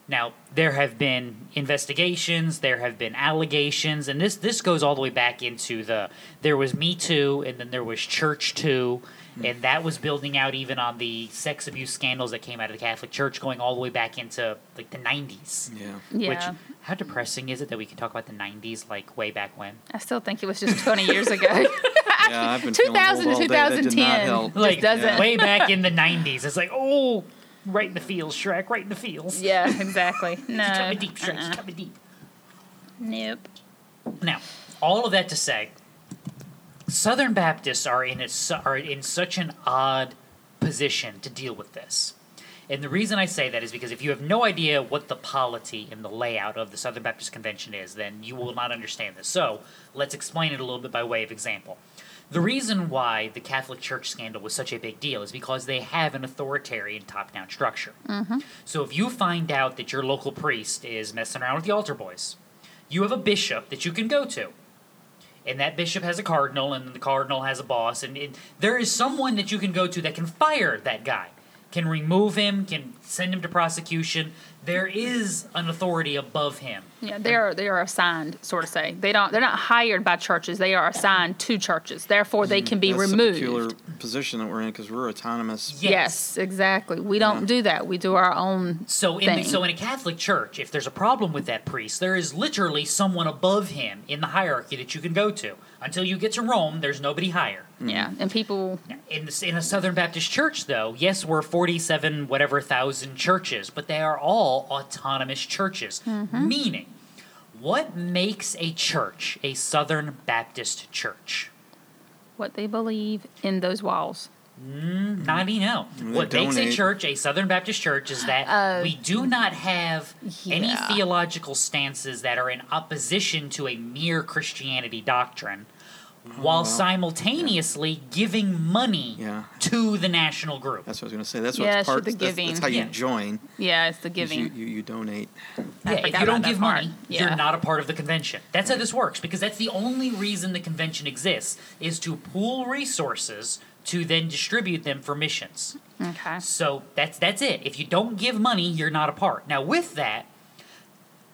F: Now, there have been investigations, there have been allegations, and this this goes all the way back into the there was Me Too, and then there was Church Too,
G: Hmm.
F: and that was building out even on the sex abuse scandals that came out of the Catholic Church, going all the way back into like the nineties.
H: Yeah.
G: Yeah.
F: Which how depressing is it that we can talk about the nineties like way back when?
G: I still think it was just 20
F: (laughs)
G: years ago.
H: Yeah, I've been feeling old
G: 2000 to
H: all day. That did not
G: (laughs) 2010.
H: help.
G: Just
F: Like
G: doesn't.
F: way back
G: (laughs)
F: in the nineties. It's like, oh right in the feels, Shrek, right in the feels.
G: Yeah,
F: (laughs)
G: exactly.
F: She's coming
G: No. uh-uh.
F: deep, Shrek, she's coming deep.
G: Nope.
F: Now, all of that to say, Southern Baptists are in a, su- are in such an odd position to deal with this. And the reason I say that is because if you have no idea what the polity and the layout of the Southern Baptist Convention is, then you will not understand this. So let's explain it a little bit by way of example. The reason why the Catholic Church scandal was such a big deal is because they have an authoritarian top down structure. So if you find out that your local priest is messing around with the altar boys, you have a bishop that you can go to. And that bishop has a cardinal, and the cardinal has a boss, and it, there is someone that you can go to that can fire that guy, can remove him, can send him to prosecution. There is an authority above him.
G: Yeah, they are they are assigned, sort of say. They don't they're not hired by churches. They are assigned to churches. Therefore, they can be
H: Mm, That's
G: removed.
H: the peculiar position that we're in because we're autonomous.
F: Yes.
G: yes. exactly. We don't do that. We do our own.
F: So in the,
G: thing.
F: so in a Catholic church, if there's a problem with that priest, there is literally someone above him in the hierarchy that you can go to. Until you get to Rome, there's nobody higher.
G: Yeah, and people.
F: In the, in a Southern Baptist church, though, yes, we're forty-seven whatever thousand churches, but they are all autonomous churches. Meaning, what makes a church a Southern Baptist church?
G: What they believe in those walls.
F: Not you know. What makes a
H: donate.
F: church a Southern Baptist church is that we do not have any
G: yeah.
F: theological stances that are in opposition to a mere Christianity doctrine,
H: Oh,
F: while simultaneously giving money
H: Yeah.
F: to the national group.
H: That's what I was going to say. That's
G: Yeah,
H: what's
G: it's
H: part.
G: the
H: That's, that's
G: giving.
H: how you
F: Yeah.
H: join.
G: Yeah, it's the
H: is
G: giving.
H: You, you you donate.
G: I
F: If
G: forgot
F: you don't
G: about
F: give
G: that part.
F: money,
G: Yeah.
F: you're not a part of the convention. That's how this works because that's the only reason the convention exists is to pool resources to then distribute them for missions.
G: okay.
F: So that's that's it. If you don't give money, you're not a part. Now with that,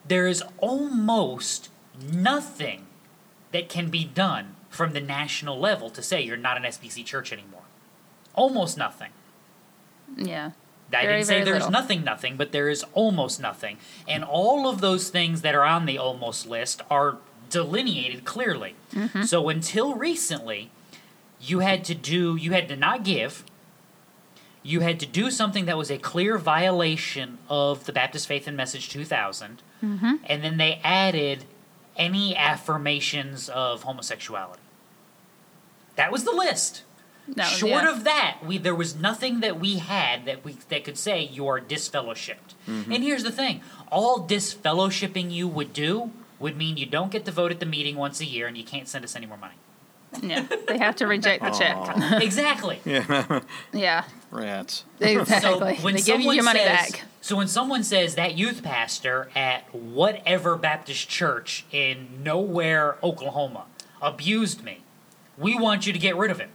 F: there is almost nothing that can be done from the national level to say you're not an SBC church anymore. Almost nothing.
G: Yeah.
F: I
G: Very,
F: didn't say
G: very
F: there's
G: little.
F: nothing, nothing, but there is almost nothing. And all of those things that are on the almost list are delineated clearly.
G: Mm-hmm.
F: So until recently, you had to do, you had to not give. You had to do something that was a clear violation of the Baptist Faith and Message 2000.
G: Mm-hmm.
F: And then they added any affirmations of homosexuality. That was the list
G: No,
F: short
G: yeah.
F: of that we there was nothing that we had that we that could say you are disfellowshipped and here's the thing all disfellowshipping you would do would mean you don't get to vote at the meeting once a year and you can't send us any more
G: (laughs)
F: money
G: Yeah, they have to reject
F: (laughs)
G: the check.
F: exactly
H: Yeah,
G: (laughs)
F: (laughs)
G: Yeah,
H: rats.
G: exactly.
F: So when
G: they give you
F: someone
G: your money
F: says,
G: back.
F: So when someone says that youth pastor at whatever Baptist church in nowhere, Oklahoma, abused me, we want you to get rid of him.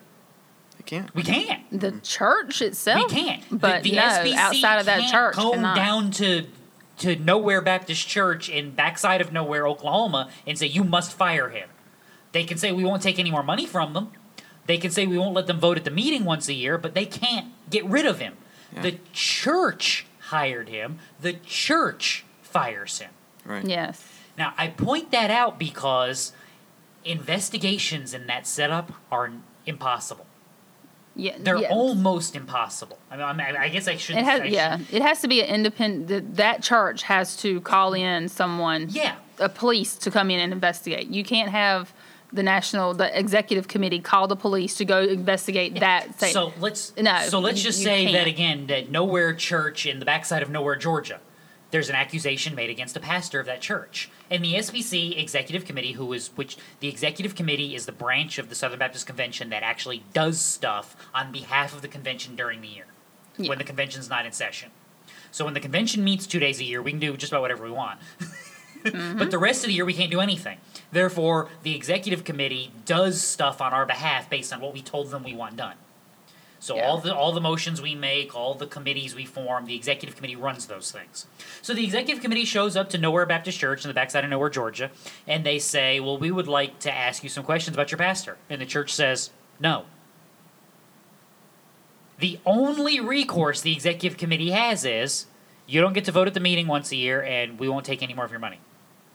H: They can't.
F: We can't.
G: The church itself.
F: "Mm, We can't. The-
G: Oh, But
F: the,
G: no,
F: SBC
G: outside of that
F: can't
G: church,
F: go
G: cannot.
F: down to to Nowhere Baptist Church in backside of Nowhere, Oklahoma, and say you must fire him. They can say we won't take any more money from them. They can say we won't let them vote at the meeting once a year, but they can't get rid of him. The church hired him. The church fires him.
H: Right.
G: Yes.
F: Now, I point that out because investigations in that setup are impossible.
G: Yeah.
F: They're
G: yeah.
F: almost impossible. I mean, I, mean, I guess I shouldn't.
G: It has,
F: I
G: yeah, it has to be an independent. th- That church has to call in someone,
F: Yeah.
G: a police to come in and investigate. You can't have the national, the executive committee call the police to go investigate that. Thing.
F: So let's
G: No,
F: So let's
G: you-
F: just
G: you
F: say that
G: can't.
F: again. That nowhere church in the backside of nowhere, Georgia. There's an accusation made against a pastor of that church, and the SBC executive committee, who is which the executive committee is the branch of the Southern Baptist Convention that actually does stuff on behalf of the convention during the year,
G: Yeah.
F: when the convention's not in session. So when the convention meets two days a year, we can do just about whatever we want. (laughs)
G: Mm-hmm.
F: But the rest of the year, we can't do anything. Therefore, the executive committee does stuff on our behalf based on what we told them we want done. So
G: Yeah.
F: all the all the motions we make, all the committees we form, the executive committee runs those things. So the executive committee shows up to Nowhere Baptist Church in the backside of Nowhere, Georgia, and they say, "Well, we would like to ask you some questions about your pastor." And the church says, "No." The only recourse the executive committee has is, "You don't get to vote at the meeting once a year, and we won't take any more of your money."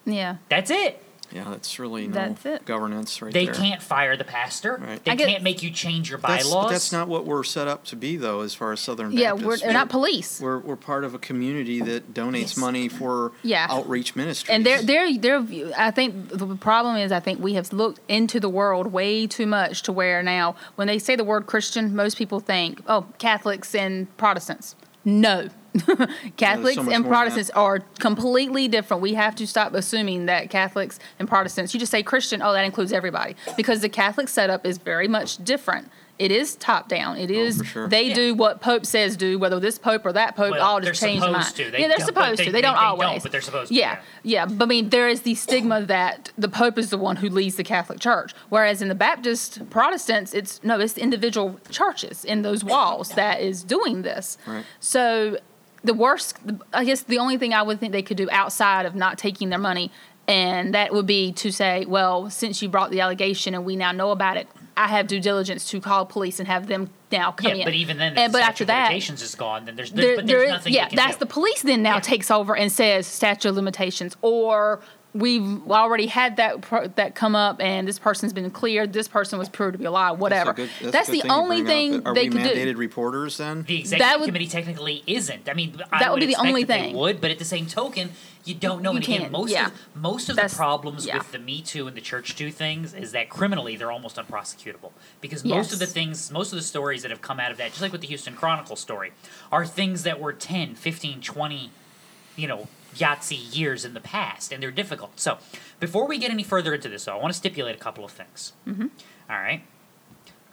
G: Yeah.
F: That's it.
H: Yeah, that's really no
G: That's it.
H: governance right
F: They
H: there.
F: can't fire the pastor.
H: Right.
F: They
G: I get-
F: can't make you change your
H: That's,
F: bylaws.
H: but that's not what we're set up to be, though, as far as Southern
G: Yeah, we're,
H: Baptists.
G: they're not police.
H: We're, we're part of a community that donates
F: Yes.
H: money for
G: Yeah.
H: outreach ministries.
G: and their their their view. I think the problem is I think we have looked into the world way too much to where now when they say the word Christian, most people think oh Catholics and Protestants. No, (laughs) Catholics
H: much more than
G: and
H: that.
G: Protestants are completely different. We have to stop assuming that Catholics and Protestants. You just say Christian, oh that includes everybody because the Catholic setup is very much different. It is top down. It is
H: Oh, for sure.
G: they
F: Yeah.
G: do what Pope says do, whether this Pope or that Pope
F: Well,
G: all
F: they're
G: just change their mind.
F: supposed to. They
G: yeah,
F: don't,
G: they're
F: but
G: supposed
F: they-
G: to. They,
F: they-
G: don't
F: they don't,
G: always.
F: but they're supposed to,
G: Yeah, yeah, but I mean, there is the stigma that the Pope is the one who leads the Catholic Church, whereas in the Baptist Protestants, it's no, it's the individual churches in those walls that is doing this.
H: Right.
G: So, the worst, I guess, the only thing I would think they could do outside of not taking their money, and that would be to say, well, since you brought the allegation and we now know about it, I have due diligence to call police and have them now come
F: yeah,
G: in.
F: but even then,
G: and,
F: the
G: but after that,
F: limitations is gone. Then there's, there's,
G: there,
F: but there's
G: there is-
F: nothing.
G: yeah,
F: you can
G: that's
F: do.
G: the police then now
F: Yeah.
G: takes over and says statute of limitations or we've already had that pro- that come up and this person's been cleared this person was proved to be a lie
H: That's
G: whatever
H: a good- that's a good
G: the
H: thing you
G: only
H: bring
G: thing
H: up. Are
G: they
H: we
G: could
H: mandated
G: do
H: reporters then?
F: The executive
G: would-
F: committee technically isn't. I mean, I
G: That would be the
F: expect
G: only
F: that they
G: thing.
F: Would, but at the same token, you don't know.
G: You
F: and again,
G: can't,
F: most
G: yeah.
F: of most of
G: That's-
F: the problems
G: yeah.
F: with the Me Too and the Church Too things is that criminally they're almost unprosecutable because most of the
G: Yes.
F: things, most of the stories that have come out of that, just like with the Houston Chronicle story, are things that were 10, 15, 20 you know, Yahtzee years in the past, and they're difficult. So, before we get any further into this, though, I want to stipulate a couple of things. Mm-hmm. right.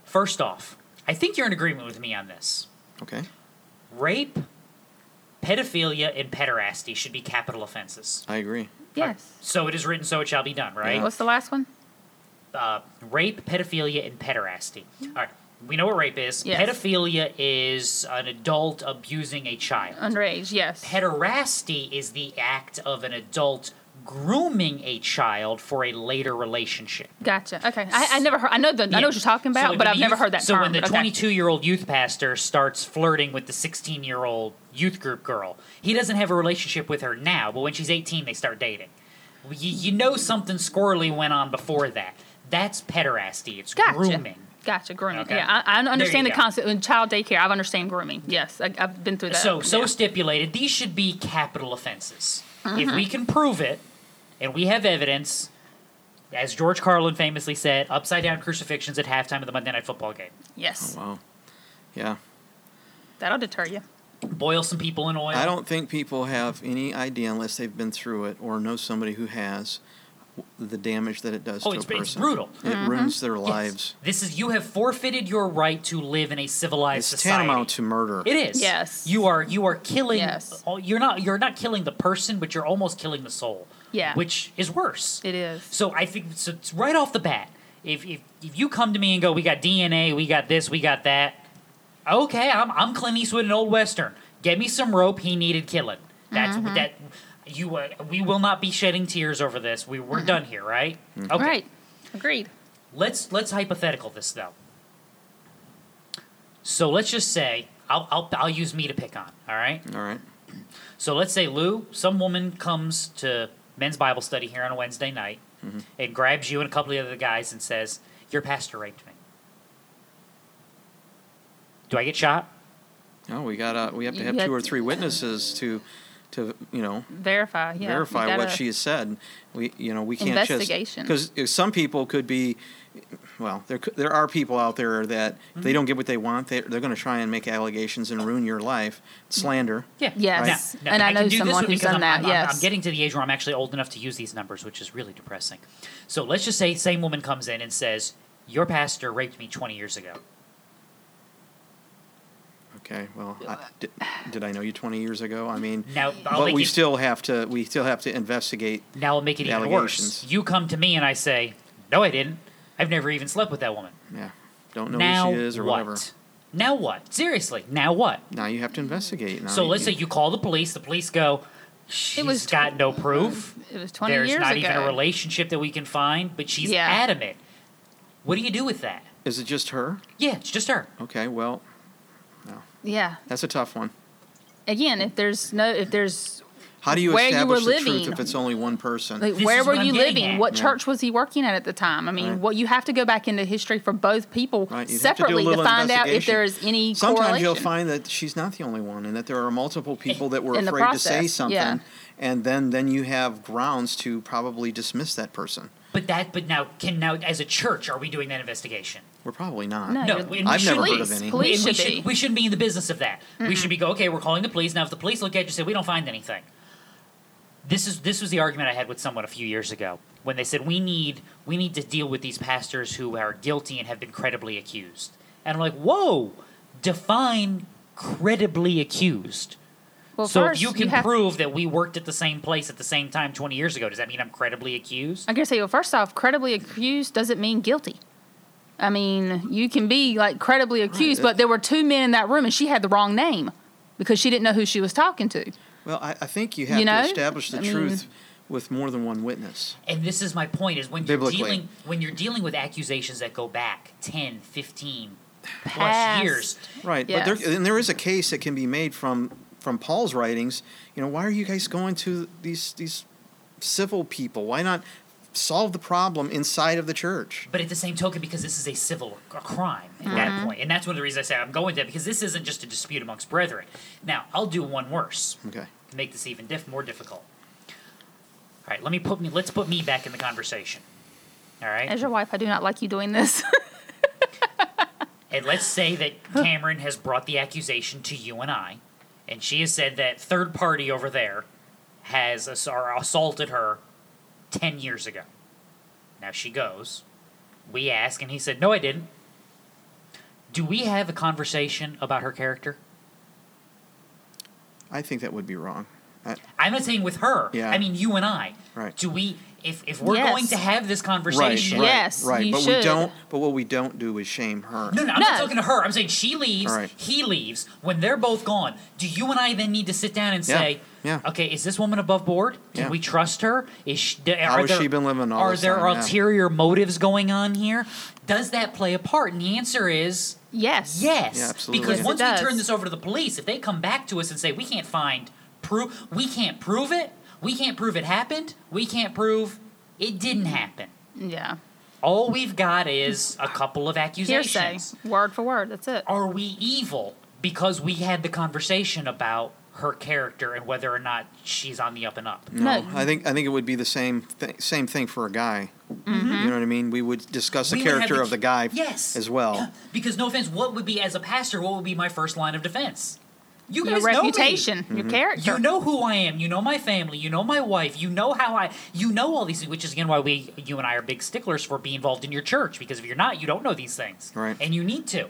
F: First off, I think you're in agreement with me on this.
H: Okay.
F: Rape, pedophilia, and pederasty should be capital offenses.
H: I agree.
G: yes
F: So it is written, so it shall be done, right?
G: what's the last one
F: uh, rape, pedophilia, and pederasty. All right, we know what rape is.
G: Yes.
F: Pedophilia is an adult abusing a child.
G: underage yes
F: Pederasty is the act of an adult grooming a child for a later relationship.
G: gotcha okay I, I never heard i know the i know what you're talking
F: So
G: about
F: when
G: but
F: the
G: i've never
F: youth-
G: heard that
F: So
G: term
F: when the
G: but okay.
F: 22 year old youth pastor starts flirting with the 16 year old youth group girl, he doesn't have a relationship with her now, but when she's 18, they start dating. Well, You, you know something squirrely went on before that. That's pederasty. It's
G: gotcha
F: grooming.
G: Gotcha, grooming.
F: Okay.
G: Yeah, I, I understand the
F: go.
G: concept in child daycare. I've understand grooming. Yes, I, I've been through that.
F: So, so
G: Yeah.
F: stipulated, these should be capital offenses. If
G: Mm-hmm.
F: we can prove it, and we have evidence, as George Carlin famously said, upside down crucifixions at halftime of the Monday Night Football game.
G: yes,
H: Oh, Wow. Yeah.
G: that'll deter you.
F: Boil some people in oil.
H: I don't think people have any idea unless they've been through it or know somebody who has w- the damage that it does
F: Oh,
H: to
F: it's-
H: a
F: it's
H: person.
F: brutal.
H: It
G: Mm-hmm.
H: ruins their lives.
F: This is you have forfeited your right to live in a civilized
H: It's
F: society.
H: tantamount to murder.
F: it is.
G: Yes.
F: You are you are killing
G: Yes.
F: oh, you're not you're not killing the person, but you're almost killing the soul.
G: Yeah.
F: Which is worse.
G: It is.
F: So I think so it's right off the bat. If, if if you come to me and go, we got DNA, we got this, we got that. Okay, I'm I'm Clint Eastwood in an old western. Get me some rope. He needed killing. That's
G: Mm-hmm.
F: that. You uh, we will not be shedding tears over this. We we're done here, right?
H: Mm-hmm.
F: Okay.
G: Mm-hmm. Right. Agreed.
F: Let's let's hypothetical this though. So let's just say I'll I'll, I'll use me to pick on. All right.
H: All right.
F: So let's say Lou, some woman comes to men's Bible study here on a Wednesday night and grabs you and a couple of the other guys and says, "Your pastor raped me." Do I get shot?
H: No, we got to we have to
G: You
H: have
G: had-
H: two or three witnesses to to you know
G: Verify. Yeah.
H: verify
G: You
H: what
G: gotta-
H: she has said. We, you know, we can't just
G: Investigation.
H: because some people could be. Well, there could- there are people out there that if
F: Mm-hmm.
H: they don't get what they want. They they're going to try and make allegations and ruin your life,
F: Mm-hmm.
H: slander.
F: Yeah.
G: Yes.
F: Now- now,
G: And I
F: can
G: know
F: do this
G: someone
F: one
G: who's
F: because
G: done
F: I'm-
G: that,
F: I'm- I'm-
G: yes.
F: I'm getting to the age where I'm actually old enough to use these numbers, which is really depressing. So let's just say same woman comes in and says, "Your pastor raped me 20 years ago."
H: Okay, well, I, did, did I know you twenty years ago? I mean,
F: Now, I'll
H: but
F: make
H: we
F: it-
H: still have to we still have to investigate.
F: Now I'll make it even worse.
H: Allegations.
F: You come to me and I say, "No, I didn't. I've never even slept with that woman."
H: Yeah, don't know
F: now
H: who she is or
F: what?
H: whatever.
F: Now what? Seriously, now what?
H: Now you have to investigate. Now
F: So
H: you-
F: let's say you call the police. The police go. She's
G: was tw-
F: got no proof.
G: It was 20
F: There's
G: years
F: not
G: ago.
F: even a relationship that we can find, but she's
G: Yeah.
F: adamant. What do you do with that?
H: Is it just her?
F: Yeah, it's just her.
H: Okay, well,
G: yeah.
H: that's a tough one.
G: Again, if there's no, if there's
H: How do you
G: Where you
H: establish
G: were
H: the truth
G: living.
H: if it's only one person?
G: like,
F: This
G: where
F: is
G: were
F: what I'm
G: you
F: getting
G: living?
F: at.
G: What
H: Yeah.
G: church was he working at at the time? I mean,
H: Right.
G: what you have to go back into history for both people
H: Right, you'd have to do a
G: separately to,
H: little
G: find out if
H: investigation.
G: there is any
H: Sometimes
G: correlation.
H: you'll find that she's not the only one, and that there are multiple people that were
G: (laughs) In the
H: afraid to say
G: process,
H: something,
G: yeah.
H: and then then you have grounds to probably dismiss that person.
F: But that. But now, can now as a church, are we doing that investigation?
H: We're probably not.
G: No,
F: No,
G: you're-
F: we- we
H: I've never
F: should-
H: heard of
G: Police,
H: any.
G: police.
F: And we,
G: should be.
F: we shouldn't be in the business of that. We should be go. Okay, we're calling the police now. If the police look at you, and say we don't find anything. This is this was the argument I had with someone a few years ago when they said we need we need to deal with these pastors who are guilty and have been credibly accused. And I'm like, whoa, define credibly accused.
G: well,
F: so
G: first,
F: if you can
G: have-
F: prove that we worked at the same place at the same time 20 years ago, does that mean I'm credibly accused?
G: I gotta say, well, first off, credibly accused doesn't mean guilty. I mean, you can be like credibly accused, but there were two men in that room, and she had the wrong name because she didn't know who she was talking to.
H: Well, I, I think you have
G: You know?
H: to establish the
G: I mean-
H: truth with more than one witness.
F: and this is my point is when you're
H: Biblically.
F: dealing when you're dealing with accusations that go back 10 15 plus
G: Past.
F: years
H: Right. But
G: Yes.
H: there, and there is a case that can be made from from Paul's writings. You know, why are you guys going to these these civil people? Why not solve the problem inside of the church?
F: but at the same token because this is a civil c- crime at
G: Mm-hmm.
F: that point and that's one of the reasons i say i'm going there because this isn't just a dispute amongst brethren now i'll do one worse
H: Okay.
F: to make this even diff- more difficult all right let me put me let's put me back in the conversation all right
G: As your wife, I do not like you doing this. (laughs)
F: And let's
H: (laughs)
F: say that Cameron has brought the accusation to you and I, and she has said that third party over there has ass- or assaulted her 10 years ago. Now she goes. We ask, and he said, No, I didn't. Do we have a conversation about her character?
H: I think that would be wrong. Uh, I,
F: I'm not saying with her.
H: Yeah.
F: I mean, you and I.
H: Right.
F: Do we, if, if we're
G: Yes.
F: going to have this conversation,
G: right. Yes,
H: right.
G: you
H: but we
G: should.
H: don't. But what we don't do is shame her.
F: No, no, I'm not
G: No.
F: talking to her. I'm saying she leaves,
H: All right.
F: he leaves. When they're both gone, do you and I then need to sit down and
H: Yeah,
F: say,
H: yeah.
F: okay, is this woman above board? Can
H: Yeah.
F: we trust her? Is she, d-
H: How
F: are
H: has
F: there-
H: she been living all
F: Are
H: this
F: there
H: time? Yeah.
F: ulterior motives going on here? Does that play a part? And the answer is
G: yes.
F: yes.
H: Yeah, absolutely.
F: Because
H: Yes, it
F: once we
G: does.
F: turn this over to the police, if they come back to us and say we can't find proof, we can't prove it, we can't prove it happened, we can't prove it didn't happen.
G: Yeah.
F: All we've got is a couple of accusations
G: Hearsay, word for word. That's it.
F: are we evil because we had the conversation about her character and whether or not she's on the up and up?
G: No.
H: I think I think it would be the same th- same thing for a guy.
G: Mm-hmm.
H: You know what I mean? We would discuss the
F: We would have
H: character
F: the-
H: of the guy f-
F: Yes.
H: as well.
F: Because no offense, what would be as a pastor? What would be my first line of defense? You
G: your
F: guys
G: reputation,
F: know me.
G: your character.
F: You know who I am. You know my family. You know my wife. You know how I. You know all these things, which is again why we, you and I, are big sticklers for being involved in your church. Because if you're not, you don't know these things,
H: Right.
F: And you need to.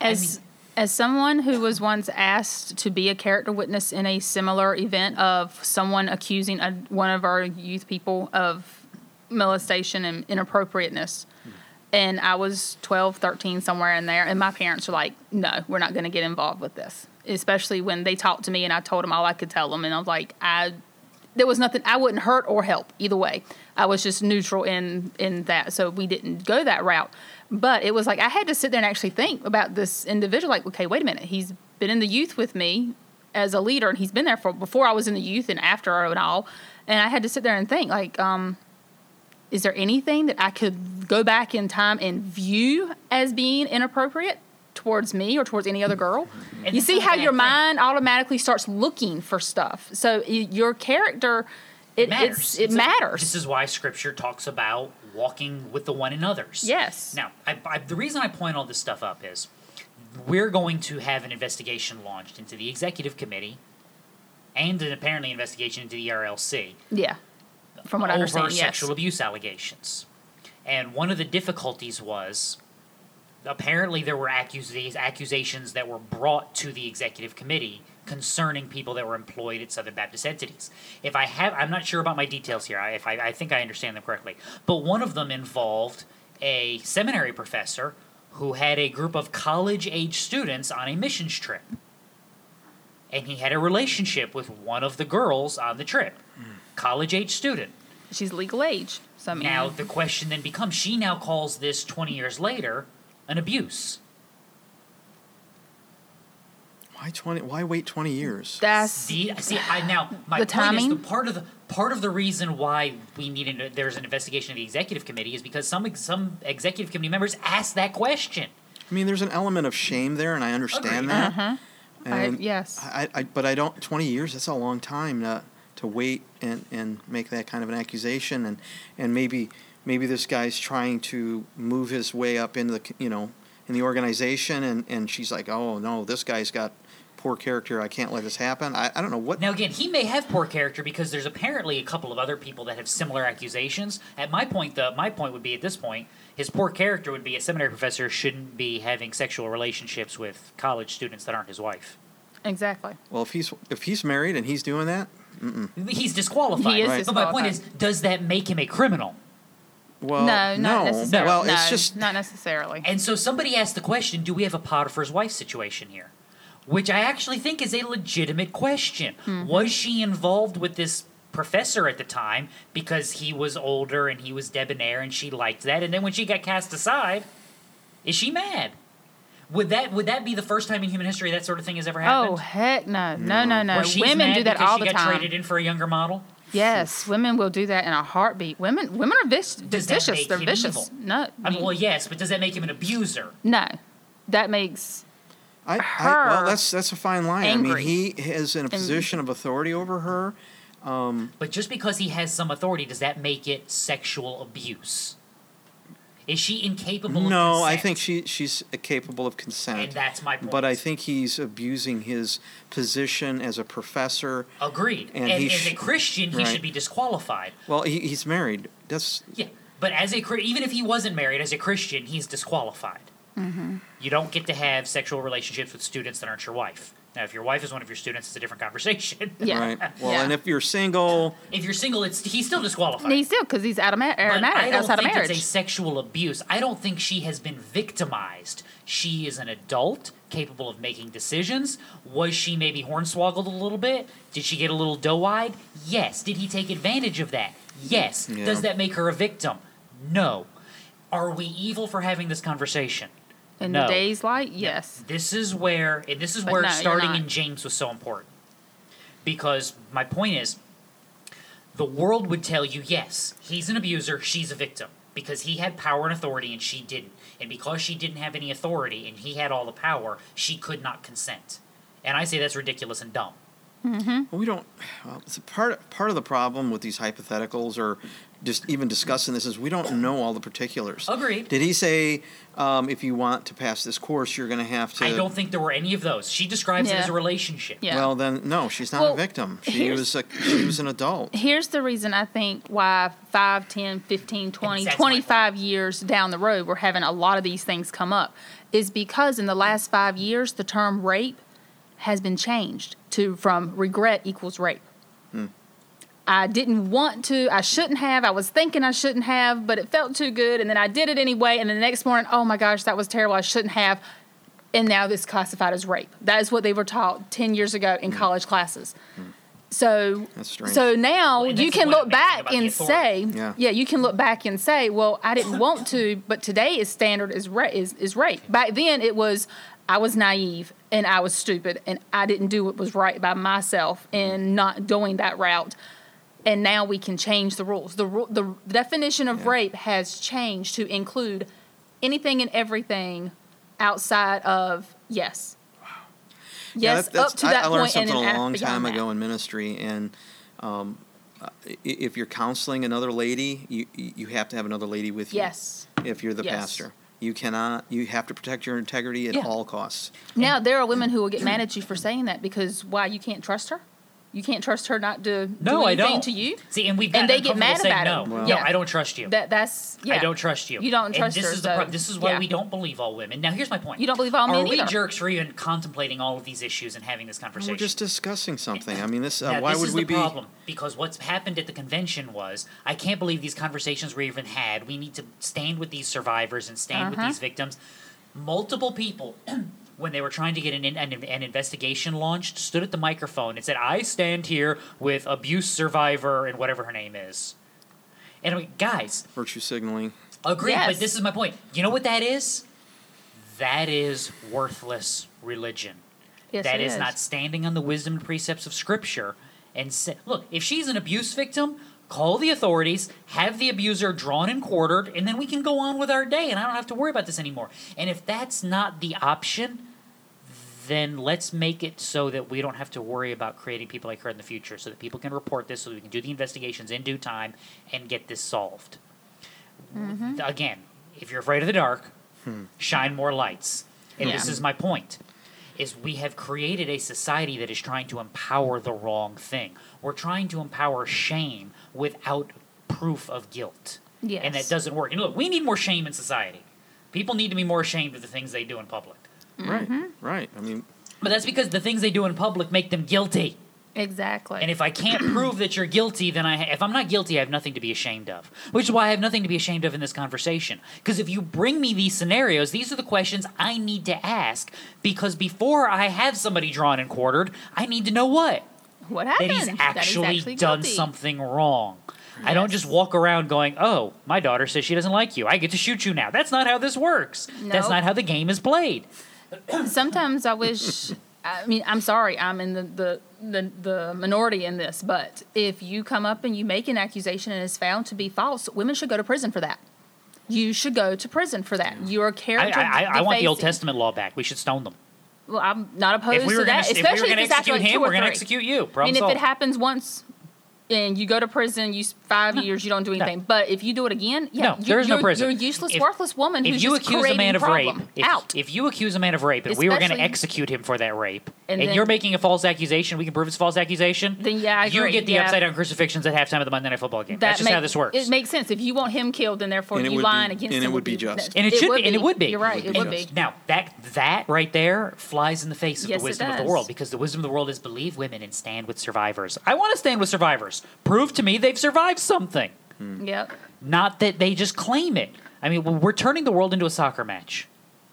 G: as as someone who was once asked to be a character witness in a similar event of someone accusing a, one of our youth people of molestation and inappropriateness
F: Hmm.
G: and i was 12 13 somewhere in there and my parents were like no we're not going to get involved with this especially when they talked to me and i told them all i could tell them and i was like i there was nothing i wouldn't hurt or help either way i was just neutral in in that so we didn't go that route but it was like i had to sit there and actually think about this individual like okay wait a minute he's been in the youth with me as a leader and he's been there for before i was in the youth and after and all and i had to sit there and think like um is there anything that i could go back in time and view as being inappropriate towards me or towards any other girl
F: And
G: you
F: that's
G: see
F: not a
G: how
F: bad
G: your
F: thing.
G: mind automatically starts looking for stuff so y- your character it,
F: matters.
G: It's, it
F: It's a-
G: matters
F: this is why Scripture talks about walking with the one another's.
G: Yes.
F: Now, I, I, the reason I point all this stuff up is we're going to have an investigation launched into the executive committee and an apparently investigation into the E RLC
G: yeah from what i
F: over
G: understand yes
F: sexual abuse allegations. And one of the difficulties was apparently there were accus- these accusations that were brought to the executive committee concerning people that were employed at Southern Baptist entities. If I have, I'm not sure about my details here. I, if I, I think I understand them correctly, but one of them involved a seminary professor who had a group of college age students on a missions trip. And he had a relationship with one of the girls on the trip, college age student.
G: She's legal age. So mm, I mean,
F: Now, the question then becomes she now calls this 20 years later an abuse.
H: Why twenty? Why wait twenty years?
G: that's
F: See, see, I now my
G: The
F: point is the
G: timing?
F: part of the part of the reason why we need an, there's an investigation of the executive committee is because some ex- some executive committee members asked that question.
H: I mean, there's an element of shame there, and I understand
F: Agreed.
H: that. And
G: Uh-huh. I- yes.
H: I, I, but I don't. Twenty years—that's a long time to to wait and, and make that kind of an accusation, and and maybe maybe this guy's trying to move his way up in the c- you know in the organization, and and she's like, oh no, this guy's got poor character. I can't let this happen. I, I don't know what.
F: Now again, he may have poor character because there's apparently a couple of other people that have similar accusations. At my point, the my point would be at this point, his poor character would be a seminary professor shouldn't be having sexual relationships with college students that aren't his wife.
G: exactly.
H: Well, if he's if he's married and he's doing that,
F: He's disqualified.
G: He is
F: But my point is,
G: disqualified.
F: does that make him a criminal?
H: Uh, well,
G: no, not necessarily.
H: Well,
G: no,
H: it's just
G: not necessarily.
F: And so somebody asked the question do we have a Potiphar's wife situation here? Which I actually think is a legitimate question.
G: Hmm.
F: Was she involved with this professor at the time because he was older and he was debonair and she liked that? And then when she got cast aside, is she mad? Would that would that be the first time in human history that sort of thing has ever
G: oh
F: happened?
G: heck no, no, no, no.
F: Where she's
G: Women
F: mad
G: do that
F: because
G: all
F: she
G: the
F: got
G: time.
F: traded in for a younger model.
G: Yes, women will do that in a heartbeat. Women, women are vic-
F: Does that
G: vicious.
F: make
G: They're
F: him evil?
G: vicious. No,
F: I mean, well, yes, but does that make him an abuser?
G: no, that makes
H: I, I well,
G: her
H: that's that's a fine line. I
G: angry.
H: mean, he is in a position of authority over her.
F: But just because he has some authority, does that make it sexual abuse? Is she incapable of
H: No, I
F: consent?
H: think she she's capable of consent.
F: And that's my point.
H: But I think he's abusing his position as a professor.
F: Agreed.
H: And
F: And,
H: he
F: as a
H: sh-
F: Christian, he
H: right.
F: should be disqualified.
H: Well, he, he's married. That's
F: Yeah. But as a Chri- even if he wasn't married, as a Christian, he's disqualified. You don't get to have sexual relationships with students that aren't your wife. Now, if your wife is one of your students, it's a different conversation.
G: yeah. Uh,
H: right. Well,
G: yeah.
H: and if you're single,
F: (laughs) if you're single, it's he's still disqualified.
G: And he's still because he's out of ma-
F: But I
G: aromatic
F: don't
G: outside of
F: think
G: marriage.
F: it's a sexual abuse. I don't think she has been victimized. She is an adult capable of making decisions. Was she maybe hornswoggled a little bit? Did she get a little doe-eyed? Yes. Did he take advantage of that? Yes.
H: Yeah.
F: Does that make her a victim? No. Are we evil for having this conversation?
G: in
F: no.
G: the day's light, yes.
F: This is where, and this is
G: But
F: where
G: no, you're
F: starting
G: not.
F: in James was so important. Because my point is, the world would tell you, yes, he's an abuser, she's a victim. Because he had power and authority and she didn't. And because she didn't have any authority and he had all the power, she could not consent. And I say that's ridiculous and dumb.
H: well, we don't. Well, it's a part part of the problem with these hypotheticals or just even discussing this is we don't know all the particulars.
F: Agreed.
H: Did he say um, if you want to pass this course, you're going to have to?
F: I don't think there were any of those. She describes it
G: Yeah.
F: as a relationship.
G: Yeah.
H: Well, then no, she's not a
G: Well,
H: victim. She
G: here's-
H: was a she was an adult.
G: Here's the reason I think why 5, 10, 15, 20,
F: That's my
G: 25 years down the road, we're having a lot of these things come up is because in the last five years, the term rape has been changed to from regret equals rape. I didn't want to, I shouldn't have, I was thinking I shouldn't have, but it felt too good, and then I did it anyway, and then the next morning, oh my gosh, that was terrible, I shouldn't have, and now this classified as rape. That is what they were taught 10 years ago in college classes. So,
H: Mm. That's strange.
G: so now
F: and
G: you
F: that's
G: can
F: the point I'm
G: look
F: making
G: back
F: about the
G: and say,
F: authority.
H: Yeah.
G: yeah, you can look back and say, well,
H: (laughs)
G: I didn't want to, but today is standard is ra- is is rape. Back then it was I was naive and I was stupid and I didn't do what was right by myself
H: Mm.
G: in not going that route. And now we can change the rules. The ru- the definition of rape has changed to include anything and everything outside of yes.
H: Yeah,
G: Yes,
H: that- that's-
G: up to
H: I-
G: that
H: I,
G: point
H: learned something
G: and then
H: a long
G: after- beyond
H: time
G: that.
H: ago in ministry, and um, uh, i- if you're counseling another lady, you you have to have another lady with you.
G: Yes.
H: If you're the
G: Yes.
H: pastor, you cannot. You have to protect your integrity at
F: Yeah.
H: all costs.
G: Now there are women who will get mad at you for saying that because why you can't trust her? You can't trust her not to do
F: No,
G: anything
F: I don't.
G: to you.
F: See, and we've gotten
G: And they get mad
F: uncomfortable saying
G: about it.
F: no.
G: Well-
F: no,
G: Yeah.
F: I don't trust you.
G: That that's yeah.
F: I don't trust you.
G: You don't
F: And
G: trust
F: this
G: her,
F: Is the
G: so-
F: pro- this is why
G: yeah.
F: we don't believe all women. Now, here's my point.
G: You don't believe all
F: Are
G: men
F: we
G: either.
F: jerks for even contemplating all of these issues and having this conversation?
H: We're just discussing something. I mean, this. Uh,
F: Now,
H: why
F: this
H: would
F: is
H: we
F: the
H: be?
F: problem because what's happened at the convention was I can't believe these conversations were even had. We need to stand with these survivors and stand with these victims. multiple people (clears throat) when they were trying to get an, an, an investigation launched stood at the microphone and said i stand here with abuse survivor and whatever her name is and I'm like, guys
H: virtue signaling.
F: agree
G: Yes.
F: but this is my point you know what that is that is worthless religion
G: Yes,
F: that
G: it
F: is, not standing on the wisdom and precepts of Scripture. And say, look, if she's an abuse victim, call the authorities, have the abuser drawn and quartered, and then we can go on with our day, and I don't have to worry about this anymore. And if that's not the option, then let's make it so that we don't have to worry about creating people like her in the future, so that people can report this, so that we can do the investigations in due time and get this solved. Again, if you're afraid of the dark, shine more lights. And this is my point is we have created a society that is trying to empower the wrong thing. We're trying to empower shame without proof of guilt. And that
G: Yes.
F: doesn't work. And look, we need more shame in society. People need to be more ashamed of the things they do in public.
G: Mm-hmm.
H: Right, right. I mean,
F: But that's because the things they do in public make them guilty.
G: Exactly.
F: And if I (clears throat) can't prove that you're guilty, then I if I'm not guilty, I have nothing to be ashamed of. Which is why I have nothing to be ashamed of in this conversation. Because if you bring me these scenarios, these are the questions I need to ask because before I have somebody drawn and quartered, I need to know what?
G: what happened?
F: That he's actually, done
G: guilty.
F: something wrong. I don't just walk around going, "Oh, my daughter says she doesn't like you. I get to shoot you now." That's not how this works. That's
G: Nope.
F: not how the game is played.
G: Sometimes I wish. I mean, I'm sorry, I'm in the, the, the, the minority in this, but if you come up and you make an accusation and it's found to be false, women should go to prison for that. You should go to prison for that. Your
F: I,
G: character.
F: I, I, I want the Old
G: defacing-
F: Testament law back. We should stone them.
G: Well, I'm not opposed
F: if we
G: to
F: were
G: that,
F: gonna, if we were
G: especially
F: gonna
G: it's actually
F: execute
G: like
F: him,
G: two
F: we're
G: or
F: gonna
G: three.
F: execute you.
G: I
F: Problem
G: mean, if
F: solved.
G: it happens once and you go to prison, you s- five years, you don't do anything. But if you do it again, yeah,
F: No,
G: you,
F: there is no
G: you're-
F: prison.
G: You're a useless,
F: If-
G: worthless woman
F: if
G: who's
F: you
G: just
F: accuse a man of
G: creating
F: rape,
G: problem.
F: if,
G: out.
F: if you accuse a man of rape, and we were going to
G: Especially-
F: execute him for that rape, and,
G: And then-
F: you're making a false accusation, we can prove it's a false accusation.
G: Then yeah, I
F: you
G: agree,
F: get the
G: yeah.
F: upside down crucifixions at halftime of the Monday Night Football game.
G: That
F: That's just
G: make-
F: how this works.
G: It makes sense. If you want him killed, then therefore
H: And it
G: you
H: would
G: lying
H: be-
G: against
H: and
G: him
H: it would be
G: that-
H: just.
F: and it should be, and it would be.
G: You're right. It would be.
F: Now that that right there flies in the face of
G: Yes,
F: the
G: it
F: wisdom of the
G: does.
F: world because the wisdom of the world is believe women and stand with survivors. I want to stand with survivors. Prove to me they've survived something.
H: Mm.
G: Yep.
F: not that they just claim it. I mean, we're turning the world into a soccer match.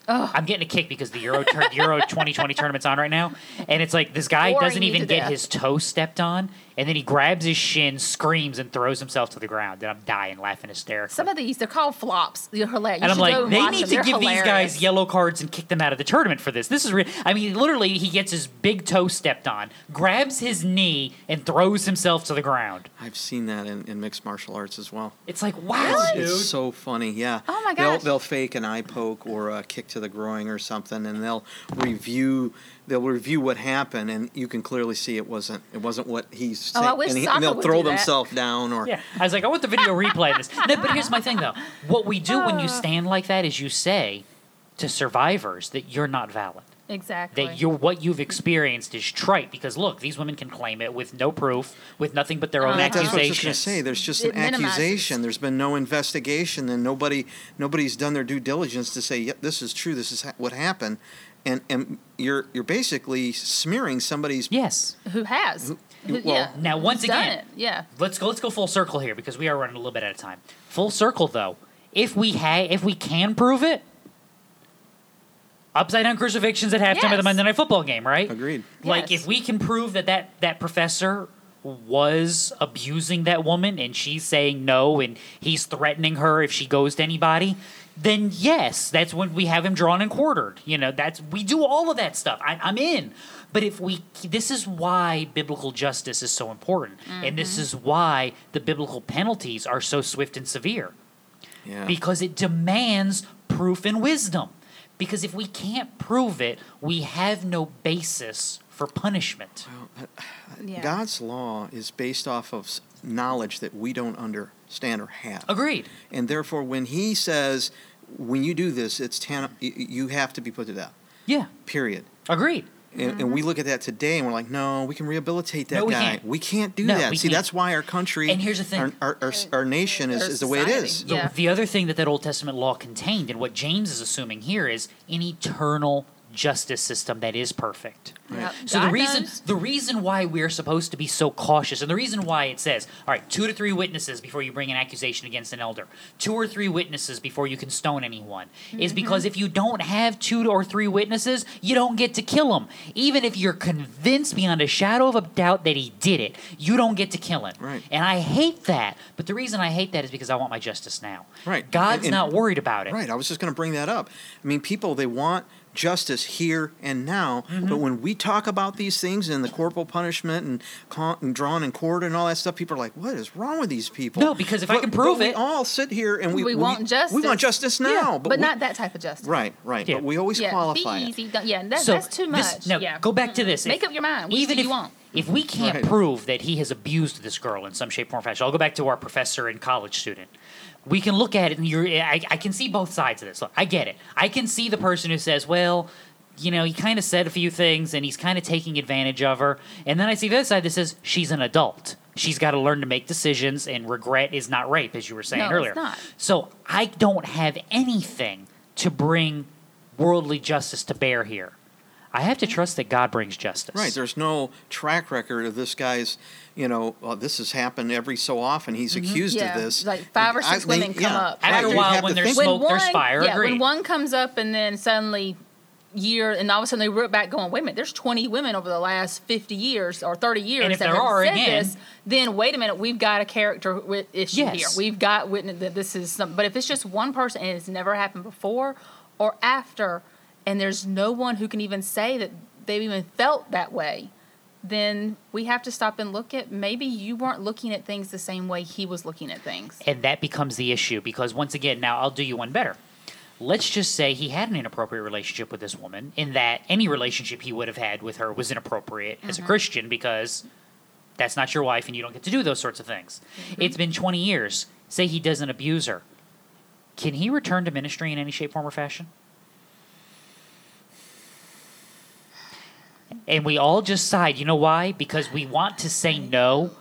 F: I'm getting a kick because the Euro
G: (laughs)
F: tur- Euro 2020 tournament's on right now, and it's like this guy
G: Boring
F: doesn't
G: me
F: even
G: to
F: get
G: death.
F: his toe stepped on, and then he grabs his shin, screams, and throws himself to the ground. And I'm dying laughing hysterically.
G: Some of these they're called flops. They're hilarious. You
F: and I'm
G: should go
F: like, they
G: watch
F: need
G: them.
F: to
G: They're
F: give these guys
G: hilarious.
F: yellow cards and kick them out of the tournament for this. This is real. I mean, literally, he gets his big toe stepped on, grabs his knee, and throws himself to the ground.
H: I've seen that in, in mixed martial arts as well.
F: It's like, wow, dude.
H: It's so funny, yeah.
G: Oh my
H: They'll,
G: gosh.
H: they'll fake an eye poke or a kick to the groin or something, and they'll review. They'll review what happened, and you can clearly see it wasn't. It wasn't what he's.
G: Oh,
H: saying.
G: I wish
H: and, he-
G: soccer
H: and they'll
G: would
H: throw
G: do that.
H: themselves down or.
F: (laughs) Yeah, I was like, I want the video replay of
G: (laughs)
F: this. No, but here's my thing though. What we do when you
G: Ah.
F: stand like that is you say to survivors that you're not valid.
G: Exactly.
F: That you're what you've experienced is trite because look, these women can claim it with no proof, with nothing but
G: Uh-huh.
F: their own
H: That's what I was just gonna
F: accusations.
H: say. There's just
G: Oh It
H: an
G: minimizes.
H: accusation. There's been no investigation, and nobody nobody's done their due diligence to say, "Yep, this is true. This is ha- what happened," and and you're you're basically smearing somebody's.
F: Yes.
G: Who has? Who-
H: well,
G: yeah.
F: Now once
G: Who's done
F: again,
G: it. yeah.
F: let's go let's go full circle here because we are running a little bit out of time. Full circle though, if we ha- if we can prove it, upside down crucifixions at halftime of the
G: Yes.
F: Monday Night Football game, right?
H: Agreed.
F: Like
G: Yes.
F: if we can prove that that that professor was abusing that woman and she's saying no and he's threatening her if she goes to anybody then yes that's when we have him drawn and quartered you know that's we do all of that stuff I, i'm in but if we this is why biblical justice is so important and this is why the biblical penalties are so swift and severe
H: Yeah.
F: because it demands proof and wisdom. Because if we can't prove it, we have no basis for punishment.
G: Yeah.
H: God's law is based off of s- knowledge that we don't understand or have.
F: Agreed.
H: And therefore, when He says, when you do this, it's tan- y- y- you have to be put to death,
F: Yeah.
H: period.
F: Agreed.
H: And, and we look at that today and we're like, no, we can rehabilitate that
F: Mm-hmm. No, we
H: guy.
F: can't.
H: do
F: No,
H: that.
F: we
H: See,
F: can't.
H: that's why our country
F: And here's the thing.
H: Our, our, our, s- our nation is,
G: Our
H: is the way it is.
G: society. Yeah.
F: The other thing that that Old Testament law contained, and what James is assuming here, is an eternal justice system that is perfect.
G: Yep.
F: So the
G: God
F: reason
G: knows.
F: the reason why we're supposed to be so cautious, and the reason why it says, all right, two to three witnesses before you bring an accusation against an elder, two or three witnesses before you can stone anyone,
H: Mm-hmm.
F: is because if you don't have two or three witnesses, you don't get to kill him. Even if you're convinced beyond a shadow of a doubt that he did it, you don't get to kill him.
H: Right.
F: And I hate that. But the reason I hate that is because I want my justice now.
H: Right.
F: God's
H: And-
F: not worried about it.
H: Right. I was just going to bring that up. I mean, people, they want justice here and now.
F: Mm-hmm.
H: But when we talk about these things and the corporal punishment and, con- and drawn in court and all that stuff, people are like, what is wrong with these people?
F: No, because if I
H: But-
F: can prove
H: but We
F: it-
H: all sit here and we,
G: We want
H: We
G: justice.
H: want justice now.
G: Yeah,
H: but
G: but,
H: we-
G: not that type of justice.
H: Right, right.
F: Yeah.
H: But we always
G: yeah,
H: qualify
G: be
H: it.
G: easy. Don't, yeah, that,
F: so
G: that's too much.
F: this- no,
G: yeah.
F: go back to this.
G: Make
F: If-
G: up your mind. Which
F: even
G: do
F: if
G: you want?
F: if we can't
H: Right.
F: prove that he has abused this girl in some shape, form, or fashion, I'll go back to our professor and college student. We can look at it, and you're. I, I can see both sides of this. Look, I get it. I can see the person who says, "Well, you know, he kind of said a few things, and he's kind of taking advantage of her." And then I see the other side that says, "She's an adult. She's got to learn to make decisions, and regret is not rape," as you were saying
G: No, it's
F: earlier.
G: not.
F: So I don't have anything to bring worldly justice to bear here. I have to trust that God brings justice.
H: Right. There's no track record of this guy's. You know, well, this has happened every so often. He's accused
G: Yeah,
H: of this.
G: like five or six women come up.
F: Mm-hmm. After
H: You'd
F: a while,
H: have
F: when
H: to
F: there's
H: think-
F: smoke, there's fire,
G: Yeah,
F: agreed.
G: when one comes up and then suddenly year and all of a sudden they root back going, wait a minute, there's 20 women over the last 50 years or 30 years
F: if
G: that
F: there
G: have
F: are,
G: said
F: again-
G: this, then wait a minute, we've got a character with issue
F: Yes.
G: here. We've got witness that this is something. But if it's just one person and it's never happened before or after, and there's no one who can even say that they've even felt that way, then we have to stop and look at maybe you weren't looking at things the same way he was looking at things.
F: And that becomes the issue because, once again, now I'll do you one better. Let's just say he had an inappropriate relationship with this woman, in that any relationship he would have had with her was inappropriate as a Christian because that's not your wife and you don't get to do those sorts of things. It's been 20 years. Say he doesn't abuse her. Can he return to ministry in any shape, form, or fashion? And we all just sighed. You know why? Because we want to say no,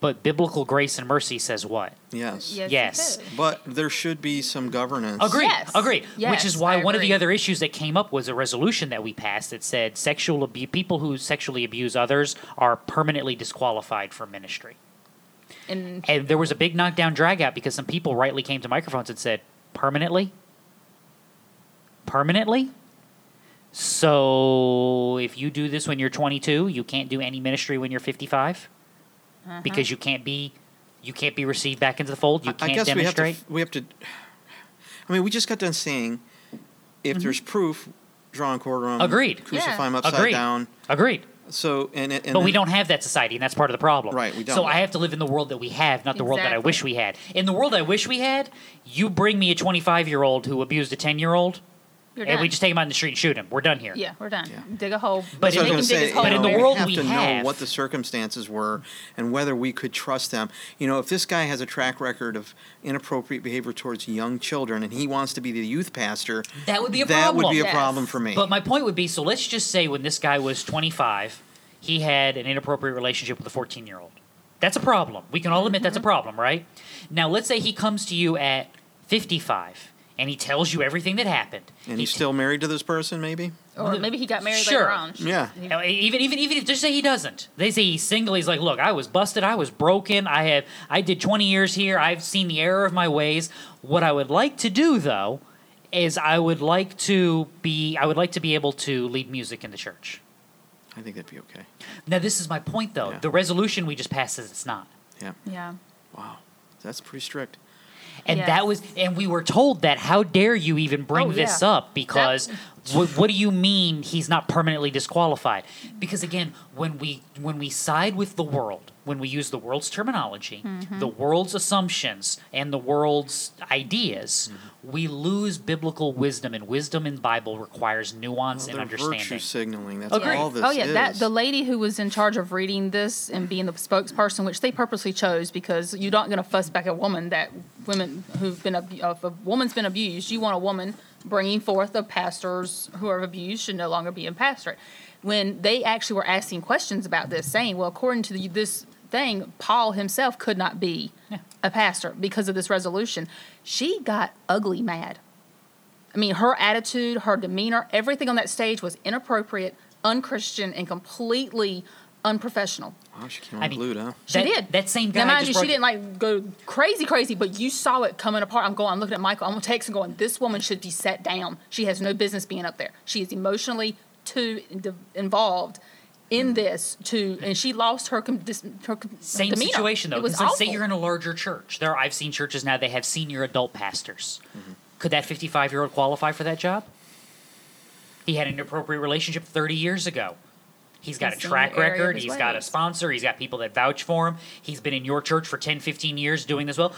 F: but biblical grace and mercy says what?
H: Yes.
G: Yes. it
F: Yes.
G: is.
H: But there should be some governance.
F: Agreed.
G: Yes.
F: Agreed. Which is
G: Yes,
F: why
G: I
F: one of the
G: agree.
F: other issues that came up was a resolution that we passed that said sexual abu- people who sexually abuse others are permanently disqualified from ministry.
G: And
F: And there was a big knockdown drag out because some people rightly came to microphones and said, permanently? Permanently? So if you do this when you're 22, you can't do any ministry when you're 55?
G: Uh-huh.
F: Because you can't be you can't be received back into the fold. You can't
H: I guess
F: demonstrate.
H: we have to. We have to. I mean, we just got done saying, if there's proof, draw on quarter on.
F: Mm-hmm. Agreed.
H: Crucify
G: Yeah.
H: him upside
F: Agreed.
H: down.
F: Agreed.
H: So and, and
F: but we
H: then-
F: don't have that society, and that's part of the problem.
H: Right, we don't.
F: So I have to live in the world that we have, not the world that I
G: Exactly.
F: wish we had. In the world I wish we had, you bring me a 25 year old who abused a 10 year old,
G: you're
F: and
G: done.
F: we just take him out in the street and shoot him. We're done here.
G: Yeah, we're done.
H: Yeah.
G: Dig a hole.
F: But
H: That's
F: in
H: what I
F: the-
H: was gonna
G: Dig
H: say,
G: his
F: but
G: hole
F: in the
G: there.
H: you
F: world
H: have
F: we
H: to
F: have-
H: know what the circumstances were and whether we could trust them. You know, if this guy has a track record of inappropriate behavior towards young children and he wants to be the youth pastor,
F: That would be a
H: that
F: problem.
H: would be a
G: Yes.
H: problem for me.
F: But my point would be so let's just say when this guy was 25, he had an inappropriate relationship with a 14 year old. That's a problem. We can all admit that's a
G: Mm-hmm.
F: problem, right? Now, let's say he comes to you at 55 and he tells you everything that happened.
H: and
F: He
H: he's
F: t-
H: still married to this person, maybe.
G: Or maybe he got married
F: Sure.
G: later on.
H: Yeah.
F: You know, even even even if just say he doesn't, they say he's single. He's like, look, I was busted, I was broken, I have I did twenty years here. I've seen the error of my ways. What I would like to do though is I would like to be I would like to be able to lead music in the church.
H: I think that'd be okay.
F: Now this is my point though.
H: Yeah.
F: The resolution we just passed says it's not.
H: Yeah.
G: Yeah.
H: Wow. That's pretty strict.
F: And
G: Yes.
F: that was, and we were told that. How dare you even bring
G: Oh,
F: this
G: yeah.
F: up? Because what, what do you mean he's not permanently disqualified? Because again, when we when we side with the world, when we use the world's terminology,
G: Mm-hmm.
F: the world's assumptions, and the world's ideas,
H: Mm-hmm.
F: we lose biblical wisdom. And wisdom in Bible requires nuance
H: Well,
F: and
H: they're virtue
F: understanding.
H: signaling. That's
F: Agreed.
H: all this
G: oh yeah, that
H: is.
G: the lady who was in charge of reading this and being the spokesperson, which they purposely chose because you're not going to fuss back at a woman that women who've been abu- if a woman's been abused, you want a woman bringing forth the pastors who are abused should no longer be in pastorate. When they actually were asking questions about this, saying, "Well, according to the, this thing, Paul himself could not be a pastor because of this resolution," she got ugly mad I mean, her attitude, her demeanor, everything on that stage was inappropriate, unchristian, and completely unprofessional.
H: Wow, she came
F: I
H: unglued, huh?
G: She
F: That-
G: did.
F: That same guy.
G: Now, mind
F: just
G: you,
F: broke-
G: she didn't like go crazy, crazy, but you saw it coming apart. I'm going. I'm looking at Michael. I'm on text and going. This woman should be set down. She has no business being up there. She is emotionally too de- involved in this to, and she lost her com- dis- her com-
F: Same
G: demeanor.
F: situation though.
G: It was
F: It's like, say
G: awful.
F: you're in a larger church. There, are, I've seen churches now they have senior adult pastors.
H: Mm-hmm.
F: Could that 55 year old qualify for that job? He had an inappropriate relationship 30 years ago. He's got
G: He's
F: a
G: in
F: track
G: the area of
F: record.
G: his
F: He's got a
G: ways.
F: sponsor. He's got people that vouch for him. He's been in your church for 10, 15 years doing this well.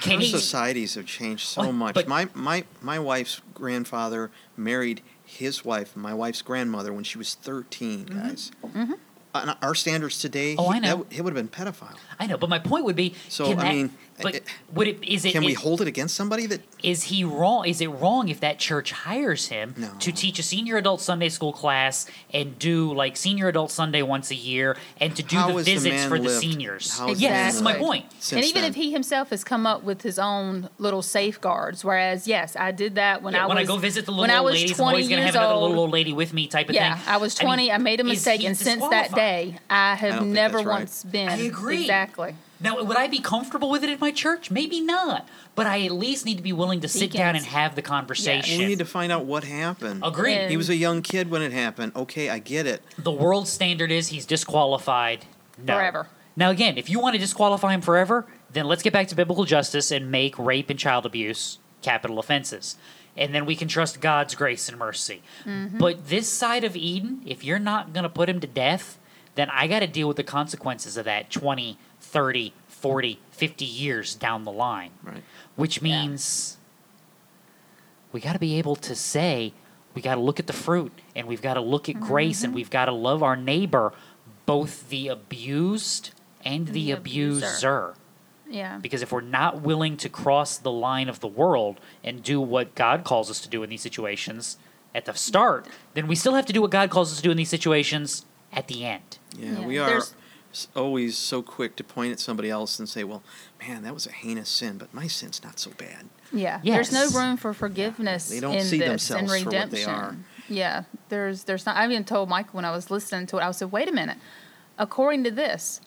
F: Can
H: Our
F: he?
H: societies have changed so
F: Well,
H: much.
F: but-
H: my my my wife's grandfather married his wife, my wife's grandmother, when she was thirteen. Guys, And our standards today,
F: Mm-hmm. Oh,
H: he,
F: I know.
H: that would- he would have been pedophile.
F: I know, but my point would be.
H: So,
F: can
H: I
F: that-
H: mean,
F: but
H: it-
F: would it? Is it?
H: Can we
F: is-
H: hold it against somebody that?
F: is he wrong? Is it wrong if that church hires him
H: No.
F: to teach a senior adult Sunday school class and do like senior adult Sunday once a year and to do
H: How
F: the
H: has the
F: visits
H: man
F: for the
H: lived?
F: seniors?
H: How has
G: the man
F: yes, that's my
G: lived?
F: point.
H: Since
G: and even
H: then-
G: if he himself has come up with his own little safeguards, whereas yes, I did that when
F: Yeah,
G: I
F: when
G: was
F: I go visit the little
G: when I
F: old
G: was
F: ladies, I'm
G: 20
F: always going to
G: years
F: have another
G: old.
F: little old lady with me type of
G: yeah,
F: thing.
G: I was 20. I,
F: mean,
G: made a
F: is
G: mistake,
F: he
G: and since that
F: disqualified?
G: day, I
H: I
G: have
H: don't think
G: never
H: that's right.
G: once been.
F: I agree.
G: Exactly.
F: Now, would I be comfortable with it in my church? Maybe not. But I at least need to be willing to sit down and
G: Deacons.
F: have the conversation.
H: we need to find out what happened.
F: Agreed.
G: And-
H: He was a young kid when it happened. Okay, I get it.
F: the world standard is he's disqualified no.
G: Forever.
F: Now, again, if you want to disqualify him forever, then let's get back to biblical justice and make rape and child abuse capital offenses. And then we can trust God's grace and mercy. But this side of Eden, if you're not going to put him to death, then I got to deal with the consequences of that 20, 30, 40, 50 years down the line
H: Right.
F: which means we got to be able to say we got to look at the fruit and we've got to look at grace
G: Mm-hmm.
F: and we've got to love our neighbor both the abused and the,
G: The
F: abuser.
G: abuser. Yeah.
F: because if we're not willing to cross the line of the world and do what God calls us to do in these situations at the start then we still have to do what God calls us to do in these situations at the end
H: Yeah,
G: Yeah.
H: we are
G: There's-
H: s- always so quick to point at somebody else and say, "Well, man, that was a heinous sin, but my sin's not so bad."
G: Yeah.
F: Yes.
G: There's no room for forgiveness.
H: They don't
G: in
H: see
G: this and
H: themselves for what they
G: redemption.
H: are.
G: Yeah. There's there's not. I even told Michael when I was listening to it. I said, wait a minute. According to this,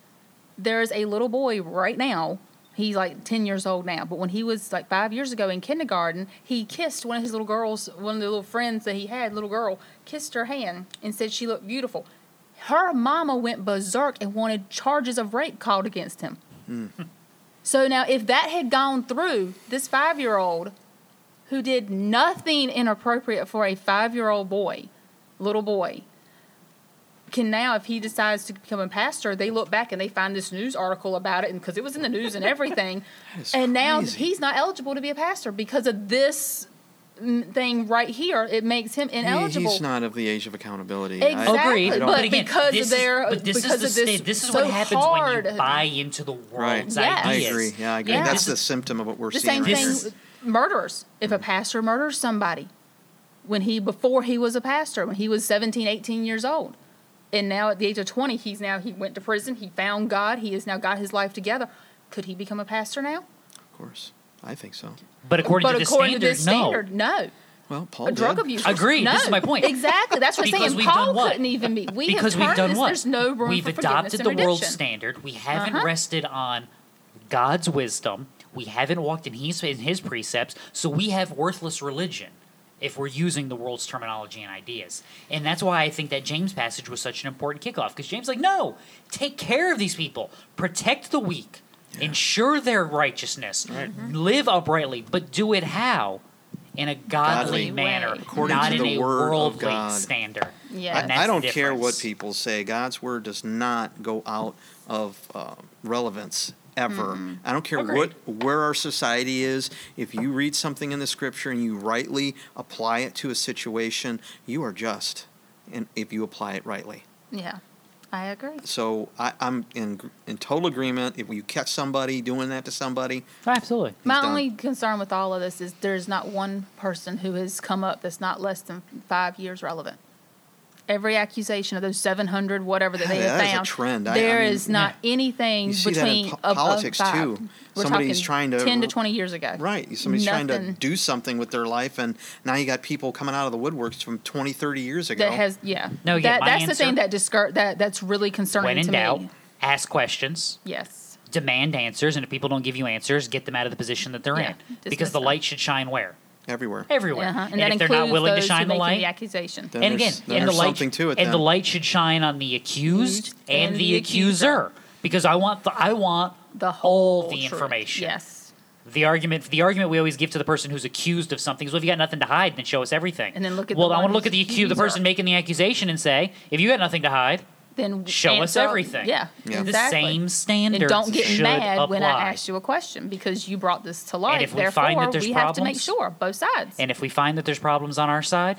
G: there is a little boy right now. He's like ten years old now, but when he was like five years ago in kindergarten, he kissed one of his little girls, one of the little friends that he had, little girl, kissed her hand and said she looked beautiful. Her mama went berserk and wanted charges of rape called against him.
H: Hmm.
G: So now, if that had gone through, this five year old who did nothing inappropriate for a five year old boy, little boy, can now, if he decides to become a pastor, they look back and they find this news article about it, and because it was in the
H: (laughs)
G: news and everything,
H: is
G: and now
H: crazy.
G: he's not eligible to be a pastor because of this mm, thing right here. It makes him
H: He-
G: ineligible.
H: he's not of the age of accountability. I-
G: Exactly.
F: Agreed,
H: I don't-
G: but,
F: but again,
G: because
F: this
G: of
F: is-
G: their,
F: but this
G: because
F: is the
G: of this,
F: sta- this is
G: so
F: what happens
G: hard,
F: when you buy into the
H: Right.
F: world's
G: Yes.
H: I
F: ideas.
H: agree. Yeah, I agree.
G: Yeah.
H: That's
G: This
H: the symptom of what we're
G: the
H: seeing
G: same
H: right
G: thing
H: here.
F: This-
G: with murders if a pastor murders somebody when he before he was a pastor when he was 17 18 years old and now at the age of 20 he's now he went to prison he found god he has now got his life together could he become a pastor now
H: Of course, I think so.
F: But according
G: but
F: to the
G: according
F: standard,
G: to this standard
F: no.
G: no
H: Well, Paul
G: a drug
H: did.
G: abuse
F: Agreed.
G: no.
F: This is my point.
G: exactly that's what i'm
F: Because
G: saying
F: we've
G: paul
F: done what?
G: couldn't even be we
F: because
G: have
F: we've
G: turned
F: done
G: this,
F: what?
G: there's no room
F: we've
G: for forgiveness
F: adopted
G: and
F: the world
G: redemption.
F: standard. We haven't
G: Uh-huh.
F: rested on God's wisdom. We haven't walked in His in His precepts. So we have worthless religion if we're using the world's terminology and ideas. And that's why I think that James passage was such an important kickoff because James like, no, take care of these people, protect the weak, ensure their righteousness,
H: Mm-hmm.
F: live uprightly, but do it how. In a godly,
H: Godly.
F: manner,
G: Way.
H: According
F: not
H: to
F: in
H: the
F: a
H: word of
F: worldly
H: God.
F: standard.
G: Yeah.
F: And that's
H: I, I
F: the
H: don't care what
F: difference.
H: people say. God's word does not go out of uh, relevance ever. I don't care what where our society is. If you read something in the scripture and you rightly apply it to a situation, you are just, and if you apply it rightly.
G: yeah i agree
H: So I, I'm in gr- in total agreement. If you catch somebody doing that to somebody,
F: Absolutely.
G: My
H: done.
G: only concern with all of this is there's not one person who has come up that's not less than five years relevant. every accusation of those 700 whatever that
H: Yeah,
G: they have
H: that is a
G: found,
H: trend. I- I
G: there
H: mean,
G: is not anything
H: You see that in
G: between
H: po-
G: a- a
H: politics,
G: vibe.
H: too.
G: We're
H: Somebody's
G: talking
H: trying to-
G: 10 to 20 years ago.
H: Right. Somebody's trying to
G: Nothing.
H: do something with their life, and now you got people coming out of the woodworks from 20, 30 years ago.
G: That has yeah.
F: No, yeah,
G: That,
F: my
G: that's the
F: answer-
G: thing that discur- that that's really concerning
F: When in
G: to
F: doubt,
G: me.
F: ask questions,
G: Yes.
F: demand answers, and if people don't give you answers, get them out of the position that they're
G: Yeah,
F: in. Because
G: dismiss
F: the
G: them.
F: light should shine where?
H: everywhere.
F: Everywhere.
G: Uh-huh.
F: And, if they're not willing to shine the light,
G: the accusation.
H: Then
F: and again,
H: there's- then
F: and the
H: there's
F: light,
H: something to it
F: and the
H: then.
F: light should shine on the accused and, the, accuser. because I want the I want
G: the
F: all
G: whole
F: the
G: truth.
F: information.
G: Yes.
F: The argument the argument we always give to the person who's accused of something is, well, if you got nothing to hide, then show us everything.
G: And then look at the
F: well, I want
G: one
F: to look at the
G: who's
F: accused, the
G: accuser.
F: person making the accusation, and say, if you got nothing to hide,
G: Then
F: Show us
G: answer-
F: everything.
G: Yeah.
H: Yeah.
F: the
G: Exactly.
F: same standards
G: And don't get
F: should
G: mad
F: apply.
G: when I ask you a question because you brought this to light.
F: if we
G: Therefore,
F: find that there's
G: we have to make
F: problems-
G: sure both sides.
F: And if we find that there's problems on our side,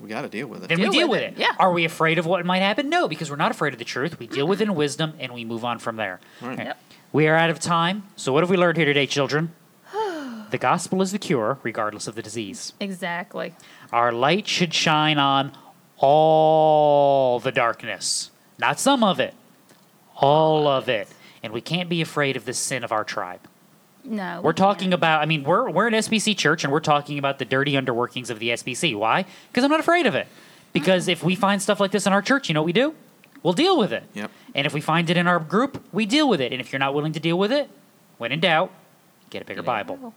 H: We got to deal with it.
F: then we
G: Deal
F: deal with
G: with
F: it.
G: it, yeah.
F: Are we afraid of what might happen? No, because we're not afraid of the truth. We deal with it in wisdom and we move on from there.
H: Right.
F: Okay.
G: Yep.
F: We are out of time. So what have we learned here today, children? (sighs) the gospel is the cure, regardless of the disease.
G: exactly.
F: Our light should shine on all the darkness, not some of it, all of it. And we can't be afraid of the sin of our tribe.
G: No.
F: We're
G: we
F: talking
G: can't.
F: about, I mean, we're, we're an SBC church and we're talking about the dirty underworkings of the SBC. Why? Because I'm not afraid of it. Because if we find stuff like this in our church, you know what we do? We'll deal with it.
H: Yep.
F: And if we find it in our group, we deal with it. And if you're not willing to deal with it, when in doubt, get a bigger Bible.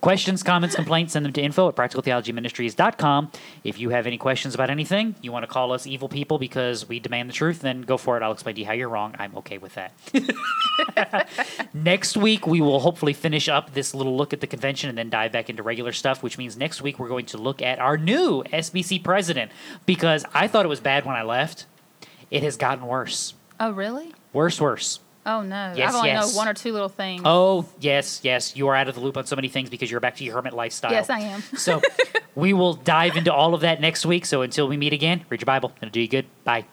F: questions, comments, complaints, send them to info at practicaltheologyministries.com. If you have any questions about anything, you want to call us evil people because we demand the truth, then go for it. I'll explain to you how you're wrong. I'm okay with that. (laughs) Next week, we will hopefully finish up this little look at the convention and then dive back into regular stuff, which means next week we're going to look at our new SBC president because I thought it was bad when I left. It has gotten worse.
G: Oh, really?
F: Worse, worse.
G: Oh, no.
F: Yes,
G: I've only
F: yes.
G: know one or two little things.
F: Oh, yes, yes. You are out of the loop on so many things because you're back to your hermit lifestyle.
G: Yes, I am.
F: (laughs) so we will dive into all of that next week. So until we meet again, read your Bible. It'll do you good. Bye.